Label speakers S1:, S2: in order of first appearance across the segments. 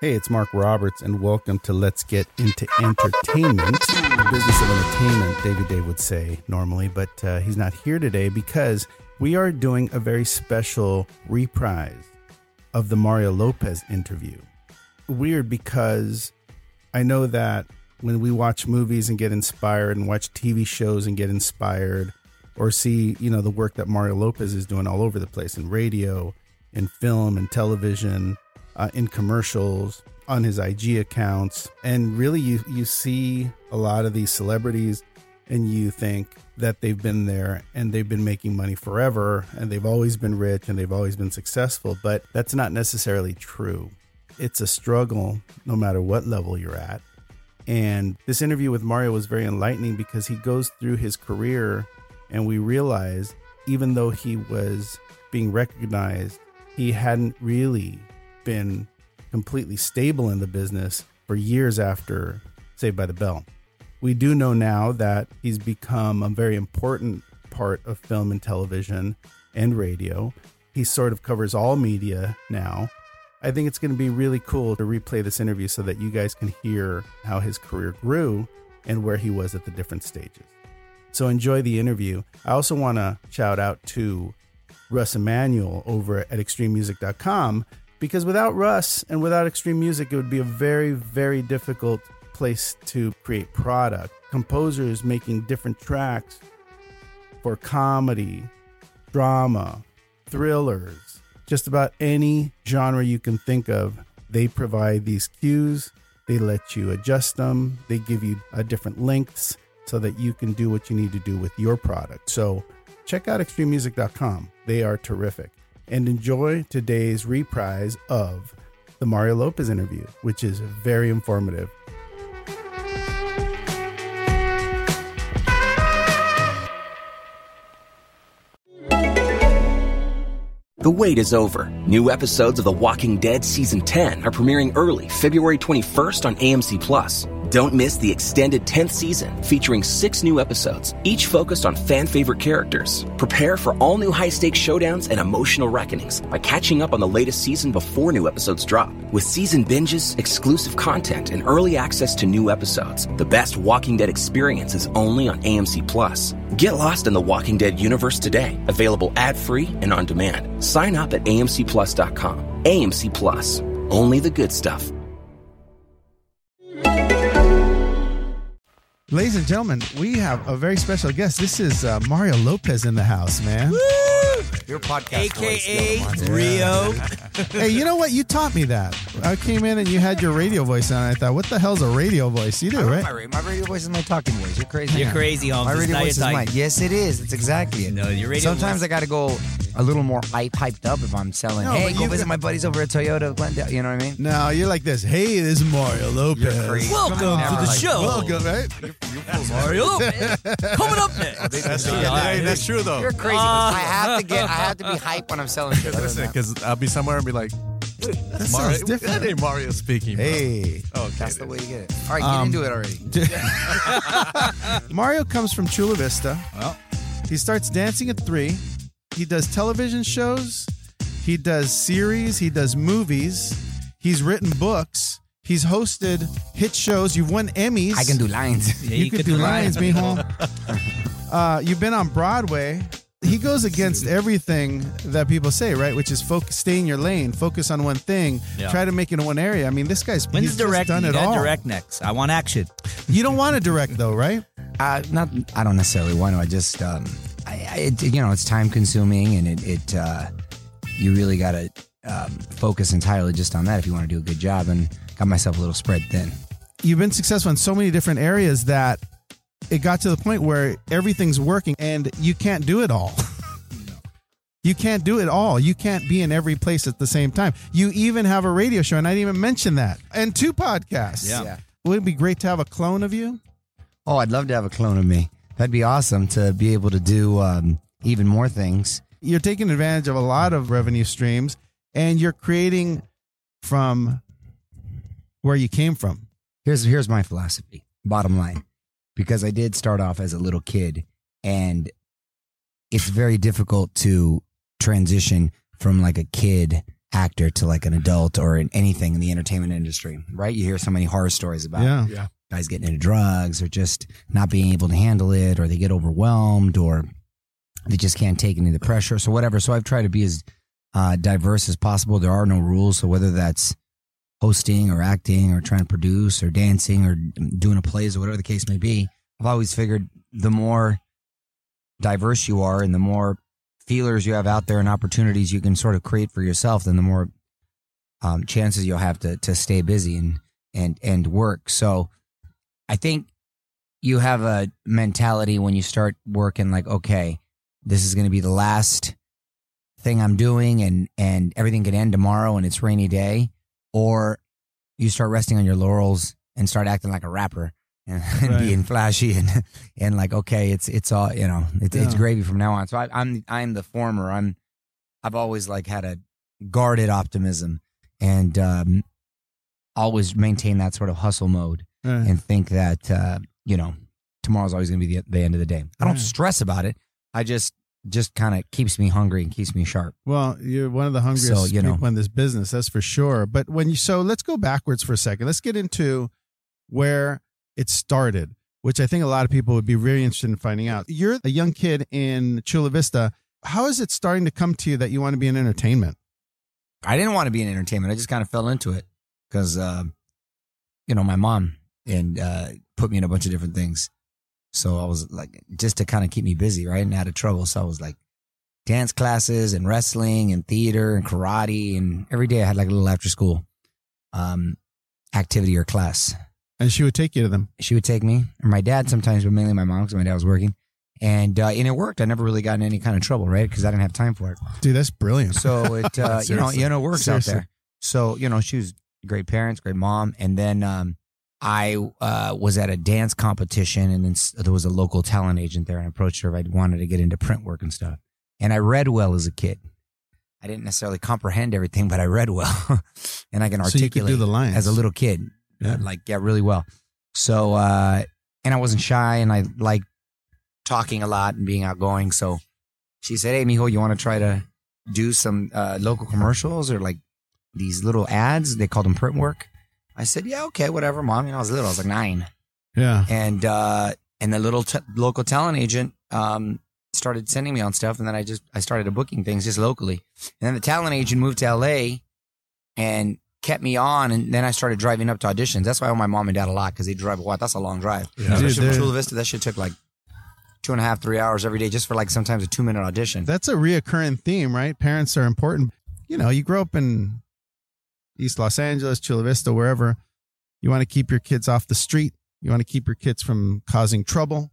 S1: Hey, it's Mark Roberts, and welcome to Let's Get Into Entertainment, the business of entertainment, David Day would say normally, but uh, he's not here today because we are doing a very special reprise of the Mario Lopez interview. Weird because I know that when we watch movies and get inspired and watch TV shows and get inspired or see, you know, the work that Mario Lopez is doing all over the place in radio, in film and television, uh, in commercials, on his IG accounts. And really you you see a lot of these celebrities and you think that they've been there and they've been making money forever and they've always been rich and they've always been successful, but that's not necessarily true. It's a struggle no matter what level you're at. And this interview with Mario was very enlightening because he goes through his career and we realize even though he was being recognized, he hadn't really been completely stable in the business for years after Saved by the Bell. We do know now that he's become a very important part of film and television and radio. He sort of covers all media now. I think it's going to be really cool to replay this interview so that you guys can hear how his career grew and where he was at the different stages. So enjoy the interview. I also want to shout out to Russ Emanuel over at extrememusic.com because without Russ and without extreme music, it would be a very, very difficult place to create product. Composers making different tracks for comedy, drama, thrillers, just about any genre you can think of. They provide these cues, they let you adjust them, they give you uh, different lengths so that you can do what you need to do with your product. So check out extrememusic.com. They are terrific. And enjoy today's reprise of the Mario Lopez interview, which is very informative.
S2: The wait is over. New episodes of The Walking Dead Season 10 are premiering early, February 21st on AMC Plus. Don't miss the extended 10th season featuring six new episodes, each focused on fan favorite characters. Prepare for all new high stakes showdowns and emotional reckonings by catching up on the latest season before new episodes drop. With season binges, exclusive content, and early access to new episodes, the best Walking Dead experience is only on AMC Plus. Get lost in the Walking Dead universe today, available ad free and on demand. Sign up at amcplus.com. AMC Plus, only the good stuff.
S1: Ladies and gentlemen, we have a very special guest. This is uh, Mario Lopez in the house, man.
S3: Your podcast,
S4: AKA Rio.
S1: hey, you know what? You taught me that. I came in and you had your radio voice on. And I thought, what the hell's a radio voice? You do,
S3: My,
S1: right?
S3: ra- my radio voice is my talking voice. You're crazy.
S4: You're crazy, Holmes.
S3: My
S4: It's
S3: radio
S4: not your
S3: voice is
S4: type.
S3: mine. Yes, it is. It's exactly it.
S4: No, your radio
S3: Sometimes
S4: voice-
S3: I got to go a little more hype, hyped up if I'm selling.
S1: No,
S3: hey,
S1: but
S3: go
S1: you-
S3: visit my buddies over at Toyota Glendale. You know what I mean?
S1: No, you're like this. Hey, this is Mario Lopez.
S3: You're crazy.
S4: Welcome
S3: Come on,
S4: to the
S3: like-
S4: show.
S1: Welcome, right?
S4: Mario Lopez. Coming up next.
S5: That's,
S4: Yeah,
S5: yeah,
S4: yeah,
S5: that's true though.
S3: You're crazy. I
S4: Ah.
S3: have to get. I have to be hype when I'm selling shit. Other
S5: Listen,
S3: than that,
S5: because I'll be somewhere and be like,
S1: That
S4: Oh,
S5: Mario,
S1: sounds different.
S5: that ain't Mario speaking. bro."
S1: Hey.
S5: okay,
S3: That's the way to get it. All right, get
S1: Um,
S3: into it already.
S1: Mario comes from Chula Vista.
S5: Well,
S1: He starts dancing at three. He does television shows. He does series. He does movies. He's written books. He's hosted hit shows. You've won Emmys.
S3: I can do lines.
S4: Yeah,
S1: you, could, do lines, mijo. uh, you've been on Broadway. He goes against everything that people say, right? Which is focus, stay in your lane, focus on one thing,
S4: Yeah.
S1: try to make it in one area. I mean, this guy's
S4: When's
S1: he's just
S4: direct?
S1: done
S4: You
S1: it
S4: gotta
S1: all.
S4: direct next. I want action.
S1: You don't want to direct though, right?
S3: Uh, not. I don't necessarily want to. I just. Um, I, I. It, you know, it's time consuming, and it. it uh, you really gotta um, focus entirely just on that if you want to do a good job. And got myself a little spread thin.
S1: You've been successful in so many different areas that it got to the point where everything's working and you can't do it all. You can't do it all. You can't be in every place at the same time. You even have a radio show, and I didn't even mention that, and two podcasts.
S4: Yeah.
S1: Would it be great to have a clone of you?
S3: Oh, I'd love to have a clone of me. That'd be awesome to be able to do um, even more things.
S1: You're taking advantage of a lot of revenue streams and you're creating from where you came from.
S3: Here's here's my philosophy. Bottom line, because I did start off as a little kid, and it's very difficult to transition from like a kid actor to like an adult or in anything in the entertainment industry, right? You hear so many horror stories about
S4: Yeah.
S3: guys getting into drugs or just not being able to handle it or they get overwhelmed or they just can't take any of the pressure so whatever so i've tried to be as uh, diverse as possible there are no rules so whether that's hosting or acting or trying to produce or dancing or doing a plays or whatever the case may be i've always figured the more diverse you are and the more feelers you have out there and opportunities you can sort of create for yourself then the more um, chances you'll have to, to stay busy and and and work so I think you have a mentality when you start working like, okay, this is going to be the last thing I'm doing and, and everything could end tomorrow and it's rainy day. Or you start resting on your laurels and start acting like a rapper and, and
S4: Right.
S3: being flashy and, and like, okay, it's, it's all, you know, it's, it's
S4: Yeah.
S3: gravy from now on. So I, I'm, I'm the former. I'm, I've always like had a guarded optimism and, um, always maintain that sort of hustle mode
S4: Right.
S3: and think that uh, you know tomorrow's always going to be the, the end of the day. I don't
S4: Right.
S3: stress about it. I just just kind of keeps me hungry and keeps me sharp.
S4: Well, you're one of the hungriest
S3: So, you know.
S4: people in this business, that's for sure. But when you so let's go backwards for a second. Let's get into where it started, which I think a lot of people would be really interested in finding out. You're a young kid in Chula Vista. How is it starting to come to you that you want to be in entertainment?
S3: I didn't want to be in entertainment. I just kind of fell into it because uh, you know my mom and uh, put me in a bunch of different things. So I was like just to kind of keep me busy, right, and out of trouble. So I was like dance classes and wrestling and theater and karate and every day I had like a little after school um, activity or class.
S4: And she would take you to them.
S3: she would take me, or my dad sometimes, but mainly my mom because my dad was working. And uh, and it worked. I never really got in any kind of trouble, right? Because I didn't have time for it.
S4: Dude, that's brilliant.
S3: So it uh, you know
S4: Seriously.
S3: you know it works
S4: Seriously.
S3: out there. So you know she was great parents, great mom, and then um, I uh, was at a dance competition, and then s- there was a local talent agent there, and I approached her if I wanted to get into print work and stuff. And I read well as a kid. I didn't necessarily comprehend everything, but I read well, and I can
S4: So you
S3: articulate
S4: could do the lines
S3: as a little kid.
S4: Yeah.
S3: Uh, Like, yeah, really well. So, uh, and I wasn't shy and I liked talking a lot and being outgoing. So she said, Hey, mijo, you want to try to do some uh, local commercials or like these little ads? They called them print work. I said, Yeah, okay, whatever, mom. You know, I was little, I was like nine.
S4: Yeah.
S3: And, uh, and the little t- local talent agent, um, started sending me on stuff. And then I just, I started booking things just locally. And then the talent agent moved to LA and kept me on. And then I started driving up to auditions. That's why I owe my mom and dad a lot because they drive a lot. That's a long drive.
S1: Yeah.
S4: Dude,
S3: Especially from
S4: they're-
S3: Chula Vista, that shit took like two and a half, three hours every day just for like sometimes a two minute audition.
S4: That's a reoccurring theme, right? Parents are important. You know, you grow up in East Los Angeles, Chula Vista, wherever. You want to keep your kids off the street. You want to keep your kids from causing trouble.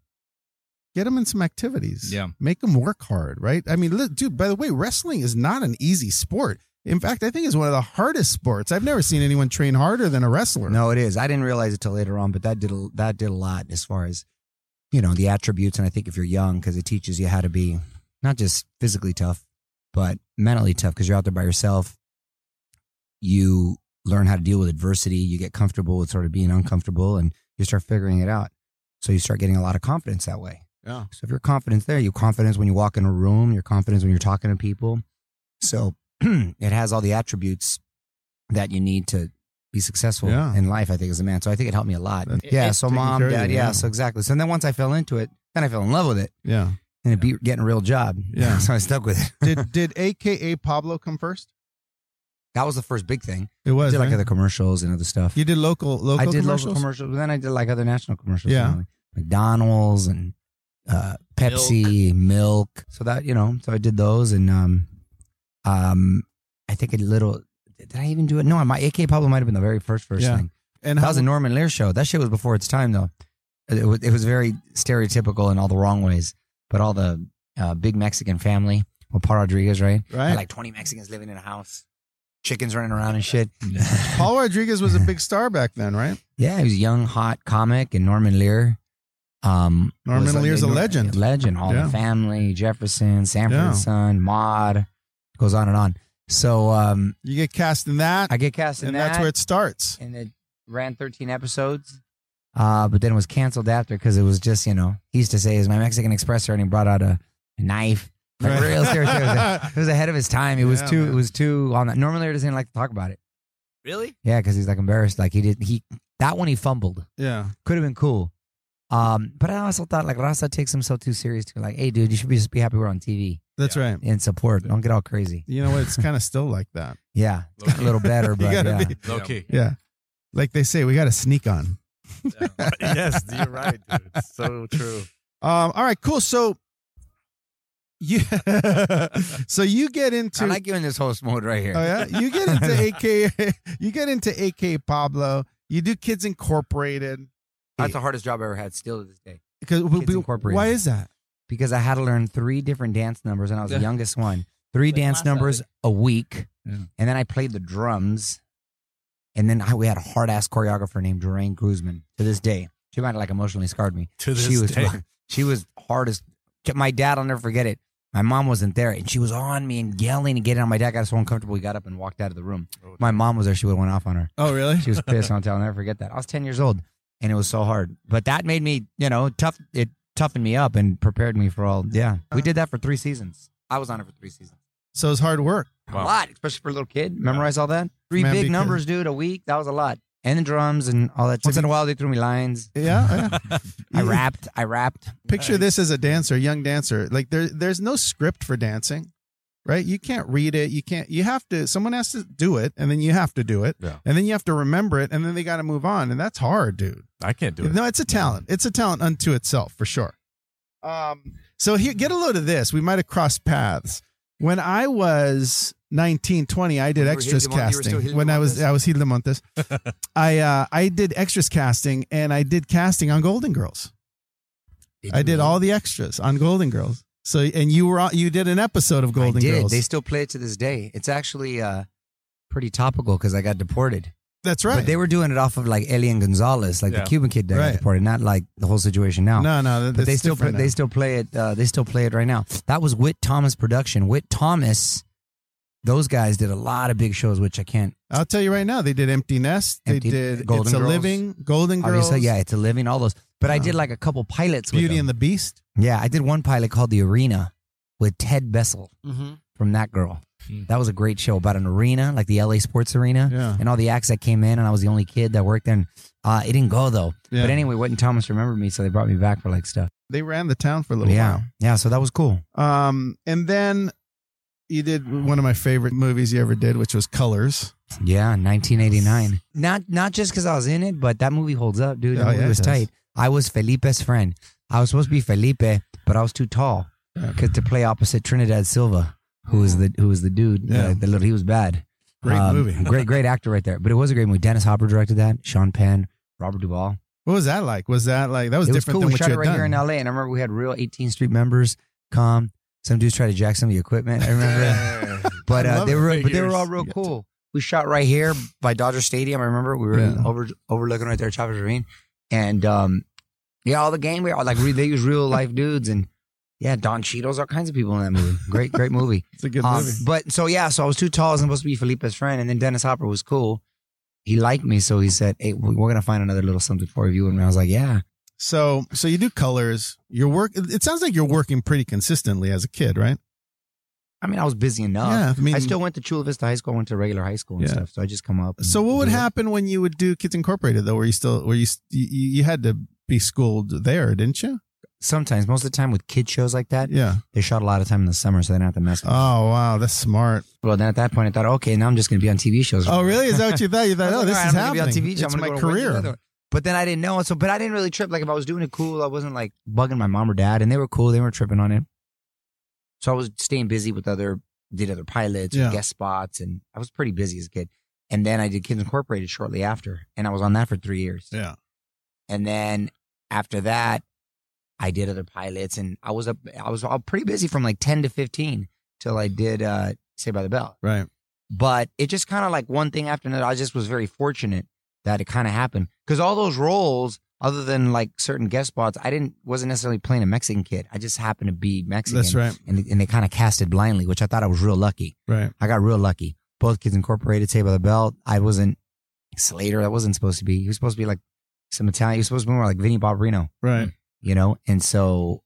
S4: Get them in some activities.
S6: Yeah.
S4: Make them work hard, right? I mean, look, dude, by the way, wrestling is not an easy sport. In fact, I think it's one of the hardest sports. I've never seen anyone train harder than a wrestler.
S3: No, it is. I didn't realize it till later on, but that did a, that did a lot as far as you know the attributes. And I think if you're young, because it teaches you how to be not just physically tough, but mentally tough. Because you're out there by yourself, you learn how to deal with adversity. You get comfortable with sort of being uncomfortable, and you start figuring it out. So you start getting a lot of confidence that way.
S4: Yeah.
S3: So if your confidence there, your confidence when you walk in a room, your confidence when you're talking to people. So it has all the attributes that you need to be successful
S4: Yeah.
S3: in life, I think, as a man. So I think it helped me a lot.
S4: That's-
S3: yeah.
S4: It's
S3: So
S4: taking
S3: mom,
S4: care of
S3: dad,
S4: you,
S3: yeah,
S4: yeah.
S3: So exactly. So then once I fell into it, then I fell in love with it
S4: Yeah.
S3: and it beat getting a real job.
S4: Yeah.
S3: so I stuck with it.
S4: Did did AKA Pablo come first?
S3: that was the first big thing.
S4: It
S3: I
S4: was.
S3: did like
S4: right?
S3: other commercials and other stuff.
S4: you did local local
S3: I did
S4: commercials.
S3: local commercials, but then I did like other national commercials.
S4: Yeah.
S3: you know, like McDonald's and uh, Pepsi, milk. So that you know, so I did those, and um, um, I think a little. Did I even do it? No, my AK Pablo might have been the very first first
S4: Yeah.
S3: thing.
S4: and
S3: That
S4: how,
S3: was a Norman Lear show. That shit was before its time, though. It was, it was very stereotypical in all the wrong ways, but all the uh, big Mexican family with Paul Rodriguez, right?
S4: right?
S3: Had like twenty Mexicans living in a house, chickens running around and shit.
S4: Paul Rodriguez was a big star back then, right?
S3: Yeah, he was a young, hot comic, and Norman Lear. Um,
S4: Norman
S3: was-
S4: Lear's a
S3: Nor-
S4: legend.
S3: Legend, all in
S4: Yeah.
S3: the family, Jefferson, Sanford
S4: Yeah.
S3: and Son, Maud, goes on and on. So um,
S4: You get cast in that,
S3: I get cast in
S4: and
S3: that,
S4: that's where it starts.
S3: and it ran 13 episodes. Uh, but then it was canceled after because it was just you know he used to say is my Mexican expressor, and he brought out a, a knife Like real serious. It was, a- it was ahead of his time. It was
S4: Yeah,
S3: too.
S4: man.
S3: It was too on that. Normally, he doesn't like to talk about it.
S6: Really?
S3: Yeah, because he's like embarrassed. Like he did. He that one he fumbled.
S4: Yeah.
S3: Could have been cool. Um, but I also thought like Rasa takes himself too serious. Too. Like, hey, dude, you should be just be happy we're on TV
S4: That's right.
S3: and support. Don't get all crazy.
S4: You know what? It's kind of still like that.
S3: Yeah, it's gotten a little better, but
S4: gotta
S3: yeah.
S4: be-
S1: Low
S6: Low
S1: key.
S6: key.
S4: Yeah. Like they say, we got to sneak on.
S1: yes, you're right, dude. It's so true.
S4: Um, all right, cool. So you so you get into
S3: I like you in this host mode right here.
S4: oh yeah, you get into AK you get into AK Pablo. You do Kids Incorporated
S3: That's the hardest job I ever had. Still to this day.
S4: because
S3: Kids Incorporated.
S4: why is that?
S3: because I had to learn three different dance numbers, and I was the
S6: Yeah.
S3: youngest one. Three
S6: Like
S3: dance
S6: myself.
S3: numbers a week,
S1: Yeah.
S3: and then I played the drums, and then I, we had a hard ass choreographer named Doreen Gruzman. To this day, she might have like emotionally scarred me.
S1: To this
S3: she was
S1: day.
S3: she was hardest. My dad, I'll never forget it. My mom wasn't there, and she was on me and yelling and getting on. My dad got so uncomfortable, he got up and walked out of the room.
S1: Oh,
S3: My mom was there; she would have went off on her.
S4: Oh really?
S3: She was pissed. on I'll never forget that. I was ten years old, and it was so hard. But that made me, you know, tough. It toughened me up and prepared me for all. Yeah, we did that for three seasons. I was on it for three seasons.
S4: So it's hard work.
S1: Wow.
S3: A lot, especially for a little kid. Memorize all that. Three
S4: Man,
S3: big
S4: because-
S3: numbers, dude, a week. That was a lot. And the drums and all that. Once in a while, they threw me lines.
S4: Yeah. yeah.
S3: I
S4: You-
S3: rapped. I rapped.
S4: Picture this as a dancer, young dancer. Like there there's no script for dancing. Right? You can't read it. You can't you have to someone has to do it and then you have to do it.
S1: Yeah.
S4: And then you have to remember it and then they gotta move on. And that's hard, dude.
S1: I can't do it.
S4: No, it's a talent. It's a talent unto itself for sure. Um, so here, get a load of this. We might have crossed paths. When I was 19, 20, I did
S3: were
S4: extras
S3: Gil de Monte- you were still
S4: casting.
S3: Gil de
S4: When I was
S3: Montes?
S4: I was Gil de Montes. I uh, I did extras casting and I did casting on Golden Girls. I did all the extras on Golden Girls. So and you were on, you did an episode of Golden
S3: I did.
S4: Girls.
S3: They still play it to this day. It's actually uh, pretty topical because I got deported.
S4: That's right.
S3: But they were doing it off of like Elian Gonzalez, like
S1: Yeah.
S3: the Cuban kid that
S4: Right.
S3: got deported, not like the whole situation now.
S4: no, no, that-
S3: but they
S4: that's
S3: still play,
S4: different now.
S3: they still play it. Uh, they still play it right now. That was Whit Thomas production. Whit Thomas, those guys did a lot of big shows, which I can't.
S4: I'll tell you right now, they did Empty Nest.
S3: Empty-
S4: they did
S3: Golden
S4: It's a
S3: Girls.
S4: Living, Golden Girls,
S3: Obviously, yeah, it's a living. All those, but I
S4: Yeah.
S3: did like a couple pilots.
S4: Beauty
S3: with
S4: and the Beast.
S3: the yeah, I did one pilot called The Arena with Ted Bessel
S4: Mm-hmm.
S3: from That Girl.
S1: Hmm.
S3: That was a great show about an arena, like the LA Sports Arena.
S4: Yeah.
S3: and all the acts that came in, and I was the only kid that worked there. And, uh, it didn't go though.
S4: Yeah.
S3: But anyway, Whit and Thomas remembered me, so they brought me back for like stuff.
S4: They ran the town for a little
S3: yeah, yeah. So that was cool.
S4: while. Um, and then you did one of my favorite movies you ever did, which was Colors.
S3: Yeah, 1989. Not not just because I was in it, but that movie holds up, dude. That
S4: Oh,
S3: movie
S4: yeah, it
S3: was
S4: does.
S3: tight. I was Felipe's friend. I was supposed to be Felipe, but I was too tall
S4: Yeah.
S3: 'cause to play opposite Trinidad Silva, who was the who was the dude. uh,
S4: Yeah.
S3: the- the little he was bad.
S4: Great
S3: Um,
S4: movie.
S3: great great actor right there. But it was a great movie. Dennis Hopper directed that. Sean Penn, Robert Duvall.
S4: What was that like? Was that like that was
S3: it was
S4: different
S3: cool.
S4: than
S3: We
S4: what
S3: shot
S4: you
S3: it
S4: had
S3: right
S4: done?
S3: here in LA, and I remember we had real 18th Street members come. Some dudes tried to jack some of the equipment. I remember that. But
S4: I
S3: uh,
S4: love
S3: they
S4: it.
S3: were but they were all
S1: Figures.
S3: real
S4: Yeah.
S3: cool. We shot right here by Dodger Stadium. I remember we were
S4: Yeah.
S3: over overlooking right there Chavez Ravine, and um, yeah, all the game we like re- they use real life dudes and yeah, Don Cheadle's all kinds of people in that movie. Great, great movie.
S4: It's a good
S3: Um,
S4: movie.
S3: but so yeah, so I was too tall. I was supposed to be Felipe's friend, and then Dennis Hopper was cool. He liked me, so he said, "Hey, we- we're gonna find another little something for you." And I was like, "Yeah,
S4: So so you do Colors. Your work. It it sounds like you're working pretty consistently as a kid, right?
S3: I mean, I was busy enough.
S4: Yeah, I
S3: Uh, I,
S4: mean-
S3: still went to Chula Vista High School. I went to regular high school and
S4: Yeah.
S3: stuff. So I just come up. and
S4: So what would
S3: do it.
S4: happen when you would do Kids Incorporated though? Were you still were you you, you had to be schooled there, didn't you?
S3: Sometimes, most of the time, with kid shows like that,
S4: Yeah.
S3: they shot a lot of time in the summer, so they didn't have to mess with.
S4: Oh wow, that's smart.
S3: well, then at that point, I thought, okay, now I'm just going to be on TV shows.
S4: Oh really? Is that what you thought? You
S3: I
S4: thought,
S3: was
S4: oh,
S3: like,
S4: this
S3: all right,
S4: is
S3: I'm gonna be
S4: happening.
S3: on TV show.
S4: It's
S3: I'm gonna
S4: my
S3: go to Wendy's
S4: career.
S3: Leather. But then I didn't know, so but I didn't really trip. Like if I was doing it cool, I wasn't like bugging my mom or dad, and they were cool. They weren't tripping on it. So I was staying busy with other did other pilots,
S4: Yeah.
S3: guest spots, and I was pretty busy as a kid. And then I did Kids Incorporated shortly after, and I was on that for three years.
S4: Yeah.
S3: And then after that, I did other pilots, and I was up. I was all pretty busy from like ten to fifteen till I did uh, Say by the Bell.
S4: Right.
S3: But it just kind of like one thing after another. I just was very fortunate that it kind of happened because all those roles, other than like certain guest spots, I didn't wasn't necessarily playing a Mexican kid. I just happened to be Mexican.
S4: That's right.
S3: And, and they kind of casted blindly, which I thought I was real lucky.
S4: Right.
S3: I got real lucky. Both kids incorporated, Say by the Bell. I wasn't Slater. That wasn't supposed to be. He was supposed to be like some Italian. He was supposed to be more like Vinnie Barbarino
S4: Right.
S3: you know and so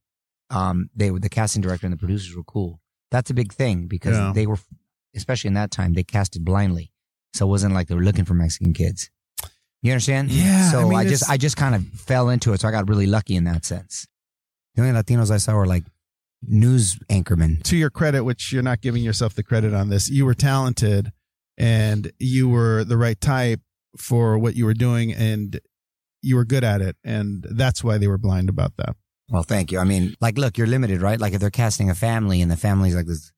S3: um they were the casting director and the producers were cool that's a big thing because
S4: Yeah.
S3: they were, especially in that time, they casted blindly, so it wasn't like they were looking for Mexican kids. You understand?
S4: Yeah,
S3: So
S4: I
S3: I,
S4: mean,
S3: just
S4: it's-
S3: I just kind of fell into it. So I got really lucky in that sense. The only Latinos I saw were like news anchormen.
S4: to your credit, which you're not giving yourself the credit on this, you were talented and you were the right type for what you were doing and you were good at it. And that's why they were blind about that.
S3: Well, thank you. I mean, like, look, you're limited, right? Like, if they're casting a family and the family's like this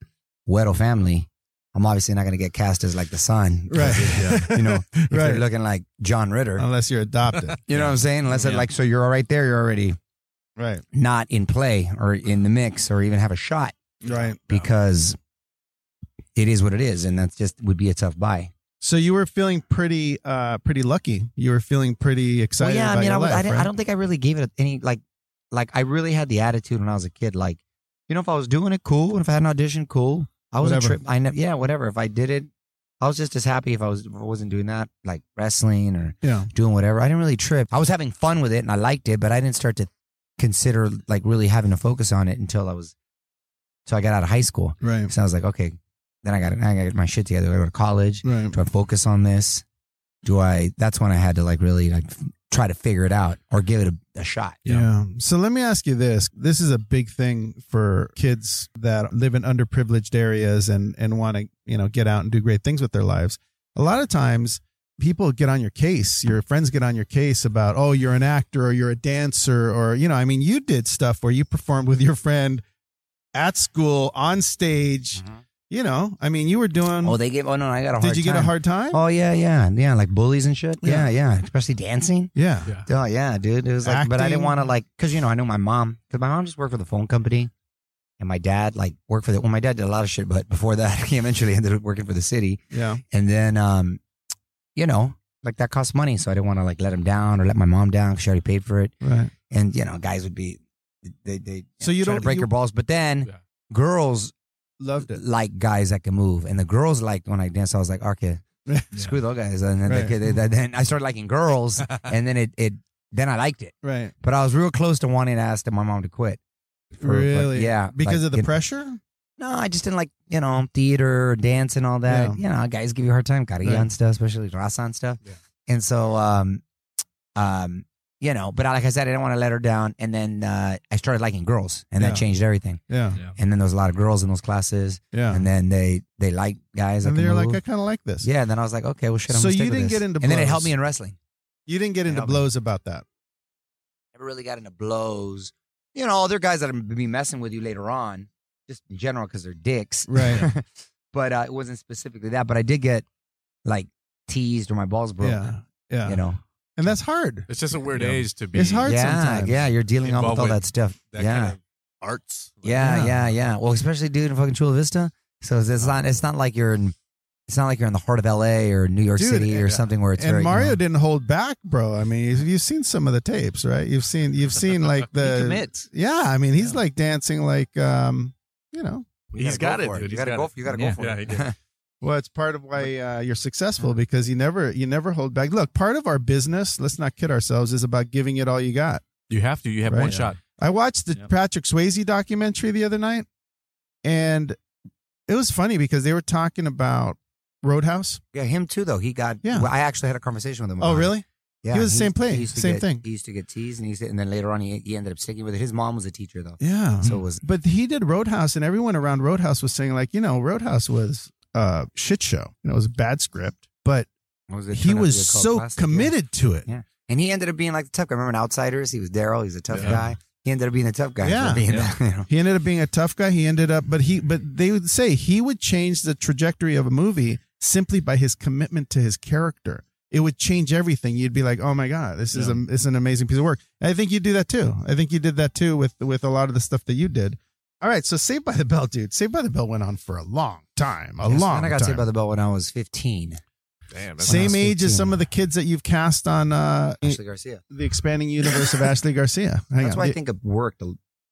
S3: Weddle family, I'm obviously not going to get cast as like the son, you know, if
S4: right.
S3: they're looking like John Ritter,
S4: Unless you're adopted.
S3: you know what I'm saying? Unless it
S4: Yeah.
S3: like, so you're all right there, you're already
S4: Right.
S3: not in play or in the mix or even have a shot
S4: Right.
S3: because it is what it is, and that's just would be a tough buy.
S4: So you were feeling pretty, uh, pretty lucky. You were feeling pretty
S3: Well,
S4: excited.
S3: yeah, I
S4: about
S3: mean,
S4: your
S3: I, was,
S4: life,
S3: I, didn't,
S4: right?
S3: I don't think I really gave it any like, like I really had the attitude when I was a kid. Like, you know, if I was doing it, cool. And if I had an audition, cool. I wasn't
S4: Whatever.
S3: trip. I never, yeah, whatever. If I did it, I was just as happy if I was if I wasn't doing that, like wrestling or
S4: Yeah.
S3: doing whatever. I didn't really trip. I was having fun with it and I liked it, but I didn't start to consider like really having to focus on it until I was, till I got out of high school.
S4: Right.
S3: So I was like, okay, then I got I got to get my shit together. I go to college.
S4: Right.
S3: Do I focus on this? Do I? That's when I had to like really like f- try to figure it out or give it a, a shot. you
S4: Yeah.
S3: know?
S4: So let me ask you this. This is a big thing for kids that live in underprivileged areas and and want to, you know, get out and do great things with their lives. A lot of times people get on your case, your friends get on your case about, "Oh, you're an actor or you're a dancer or, you know, I mean, you did stuff where you performed with your friend at school on stage, you know. I mean, you were doing
S3: Oh, they gave. Oh no, I got a hard.
S4: Did you get a
S3: time.
S4: hard time?
S3: Oh yeah, yeah, yeah. Like bullies and shit.
S4: Yeah.
S3: Yeah, yeah. Especially dancing.
S4: yeah.
S3: Oh yeah, dude. It was like, but I
S4: Acting.
S3: didn't want to like, cause you know, I knew my mom. Cause my mom just worked for the phone company, and my dad like worked for the. Well, my dad did a lot of shit, but before that, he eventually ended up working for the city.
S4: Yeah.
S3: And then, um, you know, like that costs money, so I didn't want to like let him down or let my mom down because she already paid for it.
S4: Right.
S3: And you know, guys would be they they
S4: So you
S3: try to
S4: don't-
S3: break
S4: you-
S3: your balls, but then
S7: Yeah.
S3: girls
S4: Loved it.
S3: like guys that can move, and the girls like when I danced, I was like, okay, screw those guys, and then,
S4: Right.
S3: they, they, they- then I started liking girls, and then it it then I liked it,
S4: Right.
S3: but I was real close to wanting to ask my mom to quit. For- but-
S4: Really?
S3: yeah,
S4: Because
S3: like,
S4: of the
S3: you know-
S4: pressure?
S3: No, I just didn't like, you know, theater, dance, and all that. You know, guys give you a hard time, carilla
S4: Right.
S3: and stuff, especially raza and stuff.
S7: Yeah.
S3: And so, um, um, you know, but I- like I said, I didn't want to let her down. And then uh, I started liking girls, and
S4: Yeah.
S3: that changed everything.
S4: Yeah.
S3: And then there was a lot of girls in those classes,
S4: Yeah.
S3: and then they they liked guys.
S4: and
S3: that could
S4: they're like,
S3: move.
S4: I kind of like this.
S3: yeah. And then I was like, okay, well, shit. I'm
S4: So
S3: gonna
S4: you
S3: stick with
S4: didn't
S3: this.
S4: get into
S3: and then it
S4: blows.
S3: helped me in wrestling.
S4: You didn't get into
S3: Help me.
S4: blows about that.
S3: Never really got into blows. You know, there are guys that will be messing with you later on, just in general because they're dicks.
S4: Right.
S3: but uh, it wasn't specifically that. But I did get like teased or my balls broke.
S4: yeah. Yeah.
S3: You know,
S4: And that's hard.
S7: It's just a weird
S4: Yeah.
S7: age to be.
S4: It's hard.
S3: yeah,
S4: sometimes.
S3: yeah. You're dealing all with
S7: Involved
S3: all
S7: with
S3: that stuff.
S7: That
S3: yeah,
S7: kind of arts.
S3: yeah,
S4: Yeah. Oh.
S3: yeah, yeah, Well, especially dude in fucking Chula Vista. So it's, it's not. It's not like you're in. It's not like you're in the heart of L.A. or New York
S4: Dude,
S3: City or
S4: and-
S3: something where it's
S4: and
S3: very.
S4: Mario
S3: you know,
S4: didn't hold back, bro. I mean, you've, you've seen some of the tapes, right? You've seen you've seen like the
S6: commits.
S4: Yeah, I mean, he's like dancing like um, you know.
S3: you
S7: He's
S3: gotta
S7: got it,
S3: go for
S7: dude.
S3: You
S7: He's
S3: gotta
S7: got
S3: go.
S7: it.
S3: For, you gotta
S7: Yeah.
S3: go for
S7: Yeah, he
S3: it.
S7: did.
S4: Well, it's part of why uh, you're successful because you never you never hold back. Look, part of our business, let's not kid ourselves, is about giving it all you got.
S7: You have to. You have
S4: Right.
S7: one shot.
S4: I watched the
S7: Yep.
S4: Patrick Swayze documentary the other night, and it was funny because they were talking about Roadhouse.
S3: yeah, him too though. He got.
S4: Yeah.
S3: Well, I actually had a conversation with him.
S4: Oh,
S3: about it.
S4: really?
S3: Yeah,
S4: He was the same
S3: used-
S4: play,
S3: used to
S4: same
S3: get-
S4: thing.
S3: He used to get teased, and he used to- and then later on he, he ended up sticking with it. His mom was a teacher though,
S4: Yeah.
S3: so it was
S4: But he did Roadhouse, and everyone around Roadhouse was saying like, you know, Roadhouse was a shit show. You know, it was a bad script, but
S3: what was it
S4: he
S3: turned out to
S4: was
S3: be a cult
S4: so
S3: classic, yeah.
S4: committed to it.
S3: Yeah. And he ended up being like the tough guy. Remember in Outsiders? He was Daryl. He was a tough
S7: Yeah.
S3: guy. He ended up being the tough guy. for
S4: Yeah.
S3: being
S7: Yeah.
S3: the- you know.
S4: He ended up being a tough guy. He ended up, but he, but they would say he would change the trajectory of a movie simply by his commitment to his character. It would change everything. You'd be like, "Oh my god, this is a, this is an amazing piece of work." And I think you do that too. I think you did that too with with a lot of the stuff that you did. All right, so Saved by the Bell, dude. Saved by the Bell went on for a long time, a
S3: Yeah, so
S4: long.
S3: then I got
S4: time.
S3: saved by the bell when I was 15.
S7: Damn. That's
S3: when I
S4: Same
S3: was
S4: age as
S3: 15.
S4: some of the kids that you've cast on uh,
S3: Ashley Garcia.
S4: the expanding universe of Ashley Garcia. Hang
S3: That's
S4: on.
S3: why I think it worked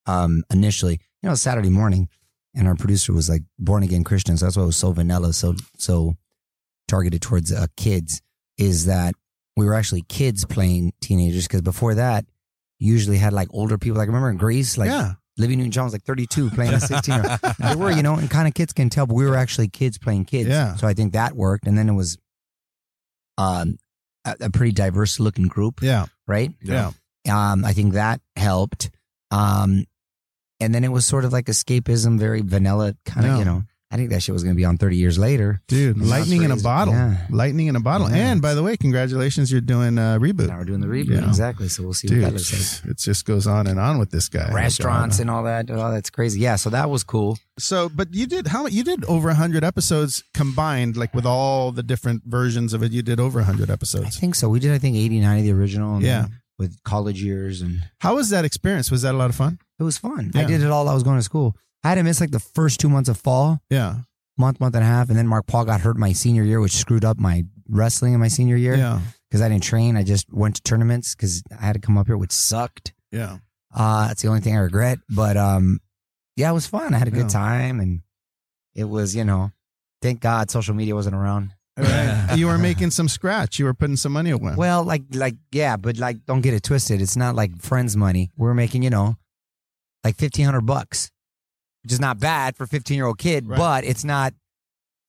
S3: um, initially. You know, Saturday morning, and our producer was like born again Christian. So that's why it was so vanilla, so so targeted towards uh, kids. Is that we were actually kids playing teenagers because before that, usually had like older people. Like remember in Greece, like
S4: yeah,
S3: Living Newton John was like 32 playing a 16 year old. They were, you know, and kind of kids can tell, but we were actually kids playing kids.
S4: Yeah.
S3: So I think that worked. And then it was um, a, a pretty diverse looking group,
S4: Yeah.
S3: right?
S4: Yeah.
S3: Um, I think that helped. Um, and then it was sort of like escapism, very vanilla kind of,
S4: Yeah.
S3: you know. I think that shit was going to be on 30 years later.
S4: Dude,
S3: That's
S4: lightning in a
S3: crazy.
S4: bottle.
S3: Yeah.
S4: Lightning in a bottle.
S3: Yeah.
S4: And by the way, congratulations, you're doing a
S3: Now
S4: reboot.
S3: we're doing the reboot.
S4: Uh, Yeah.
S3: Exactly. So we'll see
S4: Dude,
S3: what that looks like.
S4: it just goes on and on with this guy.
S3: Restaurants and all that. Oh, that's crazy. Yeah. So that was cool.
S4: So, but you did how you did over hundred episodes combined, like with all the different versions of it. You did over hundred
S3: I
S4: episodes.
S3: think so. We did, I think, 89 of the original. and
S4: Yeah.
S3: then With college years and
S4: How was that experience? Was that a lot of fun?
S3: it was fun. I
S4: Yeah.
S3: did it all. I was going to school. I had to miss like the first two months of fall,
S4: Yeah,
S3: month, month and a half. And then Mark Paul got hurt my senior year, which screwed up my wrestling in my senior year
S4: yeah,
S3: because I didn't train. I just went to tournaments because I had to come up here, which sucked.
S4: yeah.
S3: Uh, that's the only thing I regret. But um, yeah, it was fun. I had a
S4: Yeah.
S3: good time. And it was, you know, thank God social media wasn't around.
S4: Right. you were making some scratch. You were putting some money away.
S3: Well, like, like, yeah, but like, don't get it twisted. It's not like friends' money. We're making, you know, like fifteen hundred bucks, which is not bad for a fifteen year old kid,
S4: Right.
S3: but it's not.